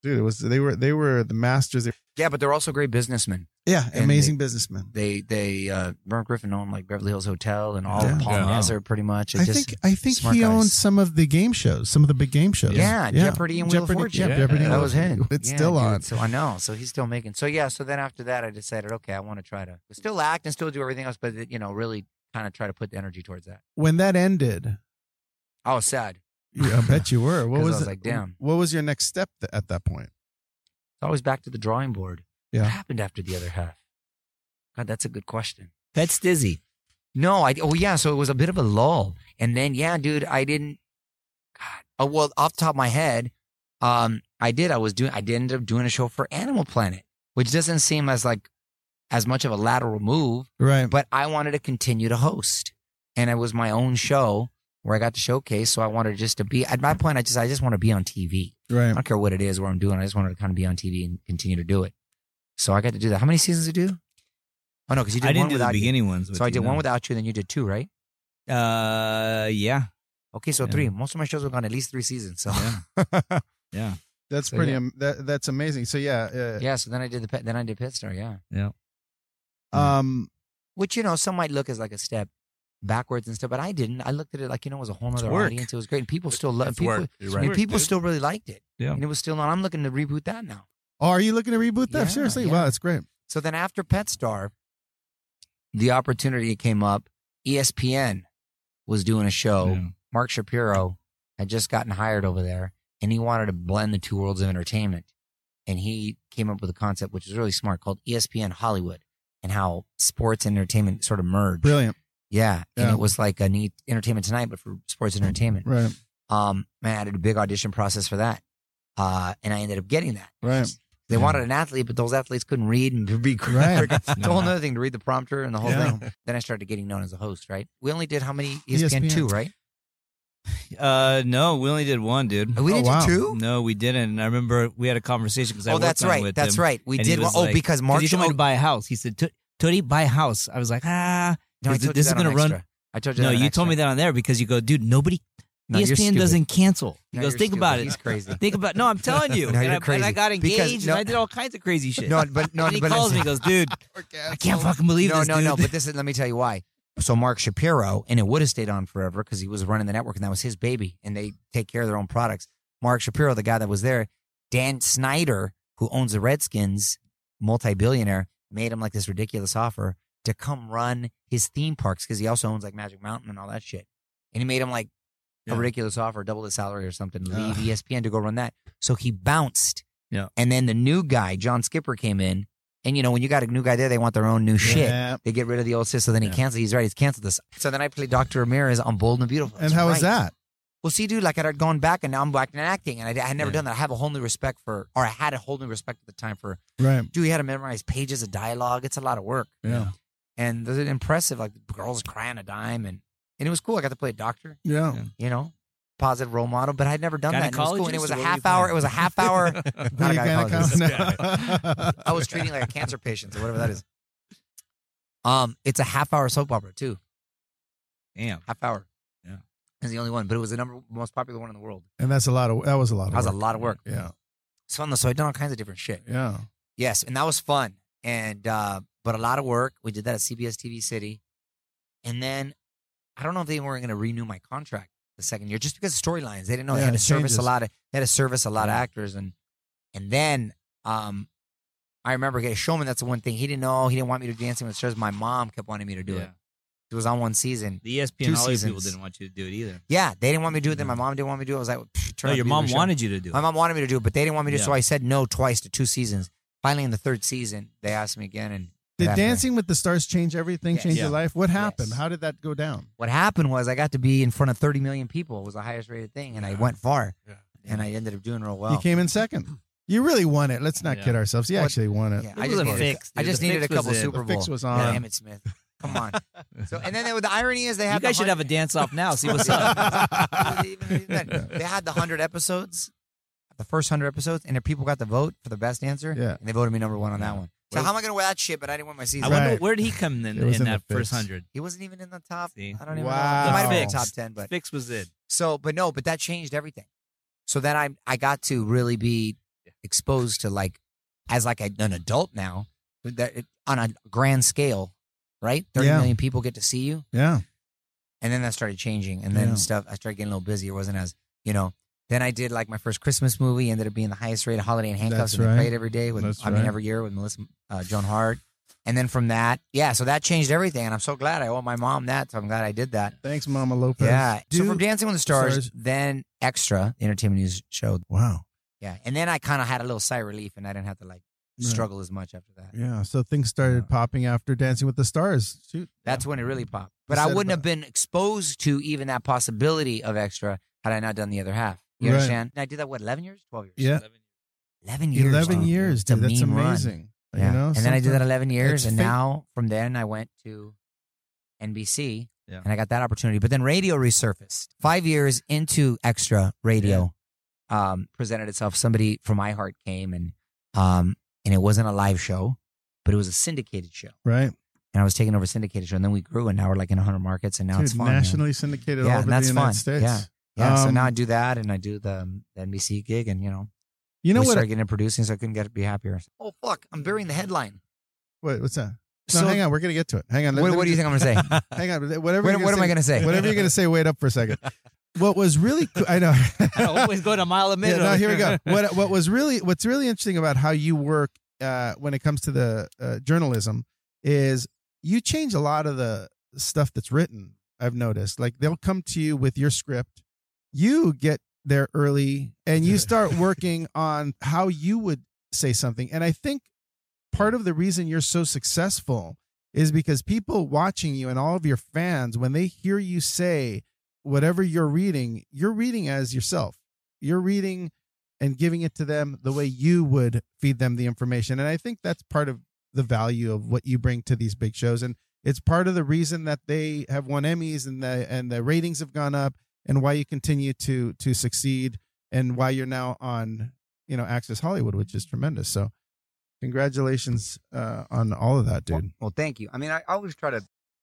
S9: Dude, it was they were they were the masters. They-
S3: Yeah, but they're also great businessmen.
S9: Yeah,
S3: And
S9: amazing businessmen.
S3: They they uh Merv Griffin owned like Beverly Hills Hotel and all
S9: Yeah.
S3: of Palm
S1: Yeah.
S3: Desert pretty much. It
S9: I
S3: just,
S9: think I think
S3: smart
S9: he
S3: guys.
S9: owned some of the game shows, some of the big game shows.
S3: yeah, Jeopardy and Wheel of
S9: Jeopardy,
S3: Fortune.
S9: yeah, Jeopardy.
S1: Yeah,
S3: That was him.
S9: It's
S3: Yeah,
S9: still
S3: dude.
S9: on.
S3: So I know. So he's still making. So yeah. So then after that, I decided, okay, I want to try to still act and still do everything else, but you know, really kind of try to put the energy towards that.
S9: When that ended,
S3: I was sad.
S9: I bet you were. What
S3: 'Cause I
S9: was,
S3: was
S9: it-
S3: like, damn.
S9: What was your next step th- at that point?
S3: It's always back to the drawing board.
S9: Yeah.
S3: What happened after the other half? God, that's a good question.
S6: That's dizzy.
S3: No, I, oh yeah, so it was a bit of a lull. And then, yeah, dude, I didn't, God, oh, well, off the top of my head, um, I did, I was doing, I did end up doing a show for Animal Planet, which doesn't seem as like, as much of a lateral move,
S9: Right.
S3: but I wanted to continue to host. And it was my own show where I got to showcase. So I wanted just to be, at my point, I just, I just want to be on TV. I
S9: Right.
S3: don't care what it is, what I'm doing. I just wanted to kind of be on TV and continue to do it. So I got to do that. How many seasons did you do? Oh no, because you did
S5: I
S3: one
S5: didn't do the
S3: without
S5: beginning ones.
S3: you.
S5: with
S3: So I did
S5: you,
S3: one
S5: no.
S3: without you, then you did two, right?
S5: Uh, yeah,
S3: Okay, so
S5: Yeah.
S3: three. Most of my shows have gone at least three seasons. So
S5: yeah, yeah.
S9: That's
S3: So,
S9: pretty.
S3: yeah.
S9: am- that, that's amazing. So yeah,
S3: yeah. So then I did the pet. Then I did Pit Star. Yeah,
S9: uh, um,
S3: which you know some might look as like a step backwards and stuff, but I didn't. I looked at it like you know it was a whole other
S5: work.
S3: audience. It was great, and people still love.
S1: It's
S3: People,
S1: work. You're
S3: I mean,
S1: right.
S3: people
S1: Dude.
S3: still really liked it.
S5: Yeah.
S3: and it was still on. I'm looking to reboot that now.
S9: oh, are you looking to reboot that?
S3: Yeah,
S9: Seriously?
S3: yeah.
S9: Wow, that's great.
S3: So then after Pet Star, the opportunity came up. E ESPN was doing a show.
S5: Yeah.
S3: Mark Shapiro had just gotten hired over there and he wanted to blend the two worlds of entertainment. And he came up with a concept which is really smart called E ESPN Hollywood and how sports and entertainment sort of merge.
S9: Brilliant.
S3: Yeah. And
S9: Yeah.
S3: it was like a neat entertainment tonight, but for sports and entertainment.
S9: Right.
S3: Um, man, I did a big audition process for that. Uh, and I ended up getting that.
S9: Right.
S3: They wanted an athlete, but those athletes couldn't read and be
S9: Right.
S3: it's a whole other thing to read the prompter and the whole
S9: Yeah.
S3: thing. Then I started getting known as a host, right? We only did how
S5: E
S3: many E ESPN,
S9: ESPN.
S3: two, right?
S5: Uh, no, we only did one, dude.
S3: We
S9: Oh,
S3: did
S9: wow.
S3: two.
S5: No, we didn't. And I remember we had a conversation because I
S3: oh,
S5: worked
S3: that's
S5: on it
S3: right.
S5: with
S3: That's
S5: him.
S3: right. We
S5: And he
S3: did one.
S5: was
S3: Oh,
S5: like-
S3: because
S5: 'Cause
S3: Mark.
S5: He told me
S3: oh,
S5: to buy a house. He said, "Tu- "Tony, buy a house." I was like, "Ah,
S3: no, I
S5: is it-
S3: told you
S5: this is
S3: that on
S5: gonna run-
S3: Extra. I told you.
S5: no."
S3: that on
S5: You told me
S3: Extra.
S5: that E on there because you go, "Dude, nobody."
S3: No, you're
S5: ESPN
S3: stupid.
S5: doesn't cancel. He
S3: No,
S5: goes,
S3: you're
S5: "Think about
S3: stupid.
S5: it.
S3: He's crazy.
S5: Think about no, I'm telling you.
S3: No,
S5: and,
S3: you're
S5: I, and I
S3: crazy.
S5: got engaged
S3: Because- no-
S5: and I did all kinds of crazy shit.
S3: No, but no,
S5: and he
S3: but
S5: calls me,
S3: listen.
S5: and goes, dude, I can't fucking believe
S3: no,
S5: this.
S3: no,
S5: dude.
S3: no. But this is. Let me tell you why. So Mark Shapiro, and it would have stayed on forever because he was running the network, and that was his baby, and they take care of their own products. Mark Shapiro, the guy that was there, Dan Snyder, who owns the Redskins, multi-billionaire, made him like this ridiculous offer to come run his theme parks because he also owns like Magic Mountain and all that shit, and he made him like a
S5: Yeah.
S3: ridiculous offer, double his salary or something, leave E
S9: Ugh.
S3: ESPN to go run that. So he bounced.
S5: Yeah.
S3: And then the new guy, John Skipper, came in. And you know, when you got a new guy there, they want their own new shit.
S9: Yeah.
S3: They get rid of the old system. Then he
S5: Yeah.
S3: canceled. He's right. He's canceled this. So then I played Dr. Ramirez on Bold and Beautiful.
S9: And how was
S3: right.
S9: that?
S3: Well, see, dude, like I'd gone back and now I'm back in acting. And I, I had never
S5: Yeah.
S3: done that. I have a whole new respect for, or I had a whole new respect at the time for,
S9: Right.
S3: dude, you had to memorize pages of dialogue. It's a lot of work.
S9: Yeah.
S3: And those are impressive. Like the girls crying a dime. And, and it was cool. I got to play a doctor,
S9: Yeah.
S3: you know, positive role model, but I'd never done that. And it was cool. And it
S5: Gynecologist
S3: was
S5: or
S3: a
S5: what were you
S3: half hour.
S5: playing?
S3: It was a half hour. Not a
S9: Pretty
S3: gynecologist.
S9: gynecologist.
S3: I was treating like a cancer patient or whatever that is. Um, it's a half hour soap opera too.
S5: Damn.
S3: Half hour.
S5: Yeah.
S3: It's the only one, but it was the number most popular one in the world.
S9: and that's a lot of. That was a lot. Of
S3: That was a
S9: work.
S3: lot of work.
S9: Yeah.
S3: So on the so I done all kinds of different shit.
S9: Yeah.
S3: Yes, and that was fun. And uh, but a lot of work. We did that at CBS TV City, and then I don't know if they weren't going to renew my contract the second year just because of storylines. They didn't know they
S9: Yeah,
S3: had to
S9: it
S3: service a
S9: changes.
S3: lot of they had to service a lot of actors, and and then um, I remember getting Showman. That's the one thing he didn't know. He didn't want me to do Dancing with the Stars. My mom kept wanting me to do it.
S5: Yeah.
S3: It was on one season.
S5: The E ESPN
S3: Two
S5: Hollywood people
S3: seasons.
S5: didn't want you to do it either.
S3: Yeah, they didn't want me to do it. Then
S5: Yeah.
S3: my mom didn't want me to do it. I was like, "Pfft, turn
S5: Mm-hmm. No,
S3: off
S5: your
S3: the
S5: mom
S3: show."
S5: wanted you to do it.
S3: My mom wanted me to do it, but they didn't want me to. So
S5: Yeah.
S3: I said no twice to two seasons. Finally, in the third season, they asked me again, and
S9: Did
S3: after-
S9: Dancing with the Stars change everything?
S3: Yes.
S9: Change your
S5: Yeah.
S9: life? What happened?
S3: Yes.
S9: How did that go down?
S3: What happened was I got to be in front of 30 million people. It was the highest rated thing, and I went far,
S1: Yeah.
S3: and I ended up doing real well.
S9: You came in second. You really won it. Let's not
S5: Yeah.
S9: kid ourselves. You
S3: What-
S9: actually won it.
S3: Yeah,
S5: It was a
S3: needed-
S5: fix,
S3: I
S5: dude.
S3: just
S5: The
S3: needed a
S5: fix was
S3: couple
S5: in.
S3: Super
S9: The fix
S3: Bowls.
S9: was on.
S3: Damn it, Smith. Come on. So, and then they, the irony is they
S5: You
S3: had.
S5: guys
S3: the
S5: should have a dance off now. See what's up.
S3: have a. they had the hundred episodes, the first hundred episodes, and if people got the vote for the best answer,
S9: Yeah.
S3: and they voted me number one on that
S5: Yeah.
S3: one. So how am I going to wear that shit? But I didn't win my
S5: I
S3: season.
S5: wonder
S9: Right.
S5: where did he come in,
S9: It was
S5: in
S9: in
S5: that
S9: the
S5: first
S9: fix.
S5: hundred.
S3: He wasn't even in the top.
S5: See?
S3: I don't even know.
S9: Wow.
S3: He might have been in
S5: Fix.
S3: the top ten, but
S5: Fix was it.
S3: So, but no, but that changed everything. So then I I got to really be exposed to like as like a, an adult now, but that it, on a grand scale, right? Thirty million
S9: Yeah.
S3: people get to see you,
S9: Yeah.
S3: and then that started changing, and then
S9: Yeah.
S3: stuff I started getting a little busy. It wasn't as you know. Then I did like my first Christmas movie, ended up being the highest rated holiday in handcuffs,
S9: That's
S3: and
S9: right.
S3: they played every day with
S9: That's
S3: I mean
S9: right.
S3: every year with Melissa uh, Joan Hart. And then from that, yeah, so that changed everything, and I'm so glad I owe my mom that. So I'm glad I did that.
S9: Thanks, Mama Lopez.
S3: Yeah. so
S9: Dude.
S3: from Dancing with the Stars,
S9: Stars.
S3: then Extra, the entertainment news show.
S9: wow.
S3: Yeah. And then I kind of had a little sigh of relief and I didn't have to like
S9: Right.
S3: struggle as much after that.
S9: Yeah. So things started popping after Dancing with the Stars. Shoot.
S3: That's when it really popped. But I
S9: said about-
S3: wouldn't have been exposed to even that possibility of Extra had I not done the other half. You
S9: Right.
S3: understand? And I did that, what, 11 years? 12 years?
S9: Yeah.
S3: 11 years.
S9: 11
S3: dude.
S9: years.
S3: It's a
S9: Dude, that's
S3: mean run.
S9: amazing.
S3: Yeah.
S9: You know,
S3: and then I did that
S9: sometimes-
S3: 11 years.
S9: it's
S3: And
S9: fate.
S3: now from then I went to NBC
S5: Yeah.
S3: and I got that opportunity. But then radio resurfaced. Five years into extra radio um, presented itself. Somebody from iHeart came and um, and it wasn't a live show, but it was a syndicated show.
S4: right?
S3: And I was taking over syndicated show, and then we grew, and now we're like in 100 markets, and now it's
S4: Dude,
S3: fun. man.
S4: nationally syndicated
S3: Yeah,
S4: all over
S3: and
S4: the
S3: that's
S4: United
S3: fun.
S4: States.
S3: Yeah. Yeah, so
S4: Um,
S3: now I do that, and I do the, um, the NBC gig, and you know,
S4: You know
S3: we
S4: what?
S3: started getting into producing, so I couldn't get be happier. Oh fuck, I'm burying the headline.
S4: Wait, what's that? No,
S3: so
S4: hang on. We're gonna get to it. Hang on. let-
S3: What,
S4: let
S3: what
S4: me
S3: do you think I'm gonna say?
S4: just- Hang on. Whatever.
S3: what
S4: you're
S3: what am I gonna say?
S4: Whatever you're gonna say. Wait up for a second. What was really? Cool, I know.
S5: always going a mile a
S4: Yeah,
S5: minute.
S4: no,
S5: over
S4: here we go. What what was really what's really interesting about how you work uh, when it comes to the uh, journalism is you change a lot of the stuff that's written. I've noticed like they'll come to you with your script, you get there early, and you start working on how you would say something. And I think part of the reason you're so successful is because people watching you and all of your fans when they hear you say whatever you're reading, you're reading as yourself you're reading and giving it to them the way you would feed them the information and i think that's part of the value of what you bring to these big shows and it's part of the reason that they have won emmys and the and the ratings have gone up and why you continue to to succeed and why you're now on you know access hollywood which is tremendous so congratulations uh, on all of that
S3: Well,
S4: dude
S3: well, thank you. I mean, I always try to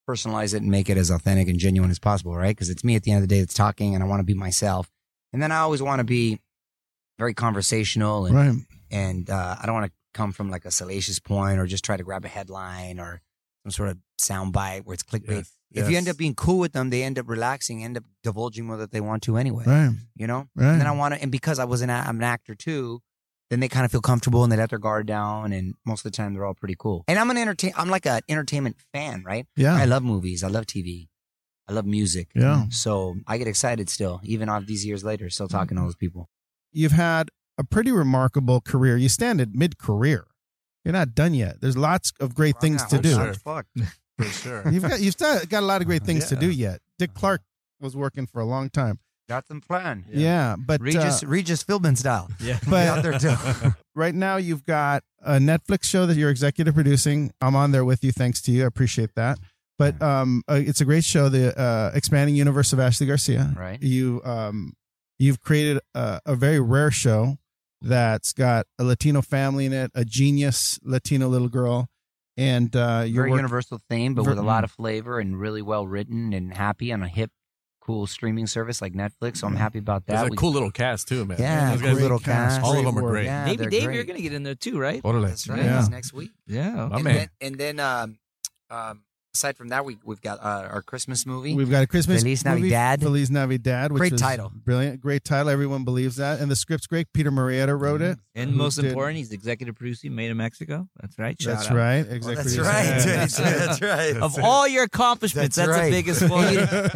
S3: personalize it and make it as authentic and genuine as possible, right? Because it's me at the end of the day that's talking, and I want to be myself. And then I always want to be very conversational, and
S4: right
S3: and uh, I don't want to come from like a salacious point or just try to grab a headline or some sort of soundbite where it's clickbait. If you end up being cool with them, they end up relaxing, end up divulging more that they want to anyway.
S4: right
S3: You know.
S4: right
S3: and then I want to, and because I was an, a- I'm an actor too, then they kind of feel comfortable and they let their guard down, and most of the time they're all pretty cool. And I'm an entertain, I'm like an entertainment fan, right?
S4: yeah
S3: I love movies, I love TV, I love music.
S4: Yeah.
S3: So I get excited still, even off these years later, still talking
S4: Mm-hmm.
S3: to those people.
S4: you've had a pretty remarkable career. You stand at mid career. You're not done yet. There's lots of great things to
S3: I'm
S4: do.
S3: shot as fuck.
S7: for sure.
S4: You've got you've still got a lot of great things to
S7: Yeah.
S4: do yet. Dick Clark was working for a long time.
S3: Got some plan.
S4: Yeah, but uh,
S3: Regis, Regis Philbin style.
S7: Yeah.
S4: But-
S3: out there too.
S4: right now you've got a Netflix show that you're executive producing. I'm on there with you. Thanks to you, I appreciate that. But um, uh, it's a great show, the uh, expanding universe of Ashley Garcia.
S3: Right.
S4: You um, you've created a, a very rare show that's got a Latino family in it, a genius Latino little girl, and uh, you're
S3: Very
S4: work-
S3: universal theme, but
S4: Ver- mm.
S3: with a lot of flavor and really well written and happy on a hip, cool streaming service like Netflix.
S4: Mm.
S3: So I'm happy about that.
S7: There's a
S3: We-
S7: cool little cast too, man.
S3: Yeah,
S7: those
S3: great
S7: guys,
S3: little cast.
S7: all of them are
S4: work.
S7: great.
S3: Yeah,
S5: Maybe
S3: they're
S5: Dave,
S3: great.
S5: you're going to get in there too, right?
S7: Orale.
S3: That's right.
S4: Yeah.
S3: It's next week.
S7: Yeah, my
S3: and,
S7: man.
S3: Then, and then, um, um, aside from that, we we've got uh, our Christmas movie.
S4: We've got a Christmas
S3: Feliz
S4: movie,
S3: Navidad.
S4: Feliz Navidad, which
S3: Great
S4: is
S3: title.
S4: brilliant, great title. Everyone believes that, and the script's great. Peter Marietta wrote
S3: Mm-hmm.
S4: it.
S5: And
S4: Who
S5: most
S4: did-
S5: important, he's executive producer, made in Mexico. That's right. Shout
S4: That's
S5: out.
S4: right. Exactly.
S3: Oh, that's
S4: Yeah.
S3: right.
S7: That's
S3: That's right.
S5: Of all your accomplishments,
S3: That's
S5: that's,
S3: right.
S5: the biggest one.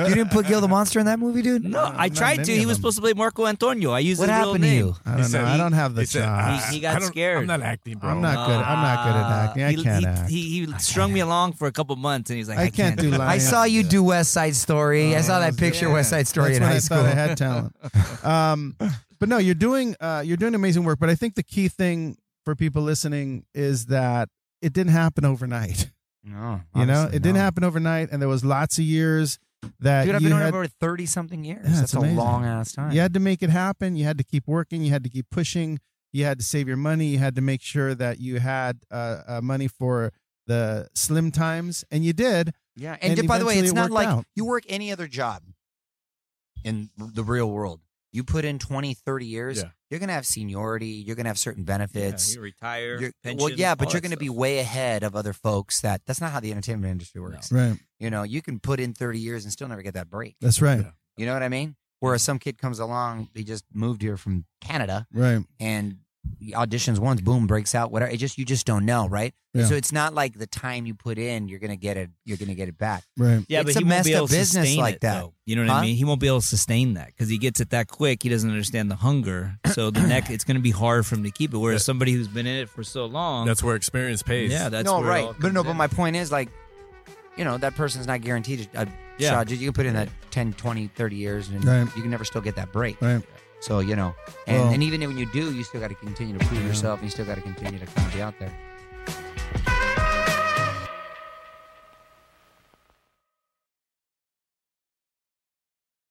S3: you didn't put Gil the Monster in that movie, dude.
S5: no, I
S4: not
S5: tried
S4: many
S5: to.
S4: of
S5: He was
S4: them.
S5: supposed to play Marco Antonio. I used
S3: What
S5: his real
S3: happened to
S5: name.
S3: you?
S4: I don't know.
S7: said-
S4: I don't have the
S7: He said,
S4: job.
S7: "Ah,
S5: He- he got
S7: I don't-
S5: scared.
S7: I'm not acting, bro.
S4: I'm not good. I'm not good at acting. I
S5: Uh, he,
S4: can't
S5: he,
S4: act.
S5: He, he
S3: can't
S5: strung me along for a couple months, and he's like,
S4: I can't do
S3: I
S4: live.
S3: saw you do West Side Story. I saw that picture, West Side Story,
S4: That's
S3: in
S4: when
S3: high
S4: I
S3: school.
S4: thought I had talent. Um, but no, you're doing uh, you're doing amazing work. But I think the key thing for people listening is that it didn't happen overnight.
S3: no,
S4: You know, it
S3: obviously
S4: didn't
S3: not.
S4: happen overnight, and there was lots of years that
S3: Dude, I've
S4: you
S3: been on it
S4: had,
S3: for thirty something years.
S4: Yeah, it's
S3: that's a
S4: amazing.
S3: long ass time.
S4: You had to make it happen. You had to keep working. You had to keep pushing. You had to save your money. You had to make sure that you had uh, uh, money for the slim times, and you did.
S3: Yeah, and,
S4: And
S3: d- by the way,
S4: eventually
S3: it's
S4: it
S3: not
S4: worked
S3: like
S4: out.
S3: you work any other job in the real world. You put in 20, 30 years,
S7: Yeah.
S3: you're going to have seniority, you're going to have certain benefits.
S5: you retire.
S3: You're-
S5: pension,
S3: well, yeah,
S5: all
S3: but you're
S5: that
S3: going to be
S5: stuff.
S3: way ahead of other folks that that's not how the entertainment industry works.
S4: Right.
S3: You know, you can put in 30 years and still never get that break.
S4: That's right.
S3: You know what I mean? Whereas some kid comes along, he just moved here from Canada
S4: Right.
S3: and auditions once, boom, breaks out, whatever. It just you just don't know, right?
S4: Yeah.
S3: So it's not like the time you put in, you're gonna get it. You're gonna get it back.
S4: Right.
S5: Yeah,
S3: It's
S5: but
S3: a
S5: he won't
S3: messed
S5: be
S3: up
S5: able to
S3: business
S5: sustain
S3: like
S5: it,
S3: that.
S5: though. You know what
S3: Huh?
S5: I mean? He won't be able to sustain that because he gets it that quick. He doesn't understand the hunger. So the neck, it's going to be hard for him to keep it. Whereas somebody who's been in it for so long,
S7: That's where experience pays.
S5: yeah, that's
S3: no,
S5: where it
S3: right.
S5: all
S3: But
S5: comes
S3: no, but
S5: in.
S3: my point is like, you know, that person's not guaranteed a
S5: Yeah.
S3: shot. You can put in that 10, 20, 30 years, and
S4: Right.
S3: you can never still get that break.
S4: Right.
S3: So you know, and,
S4: Well-
S3: and even when you do, you still got to continue to prove yourself, and you still got to continue to kind of be out there.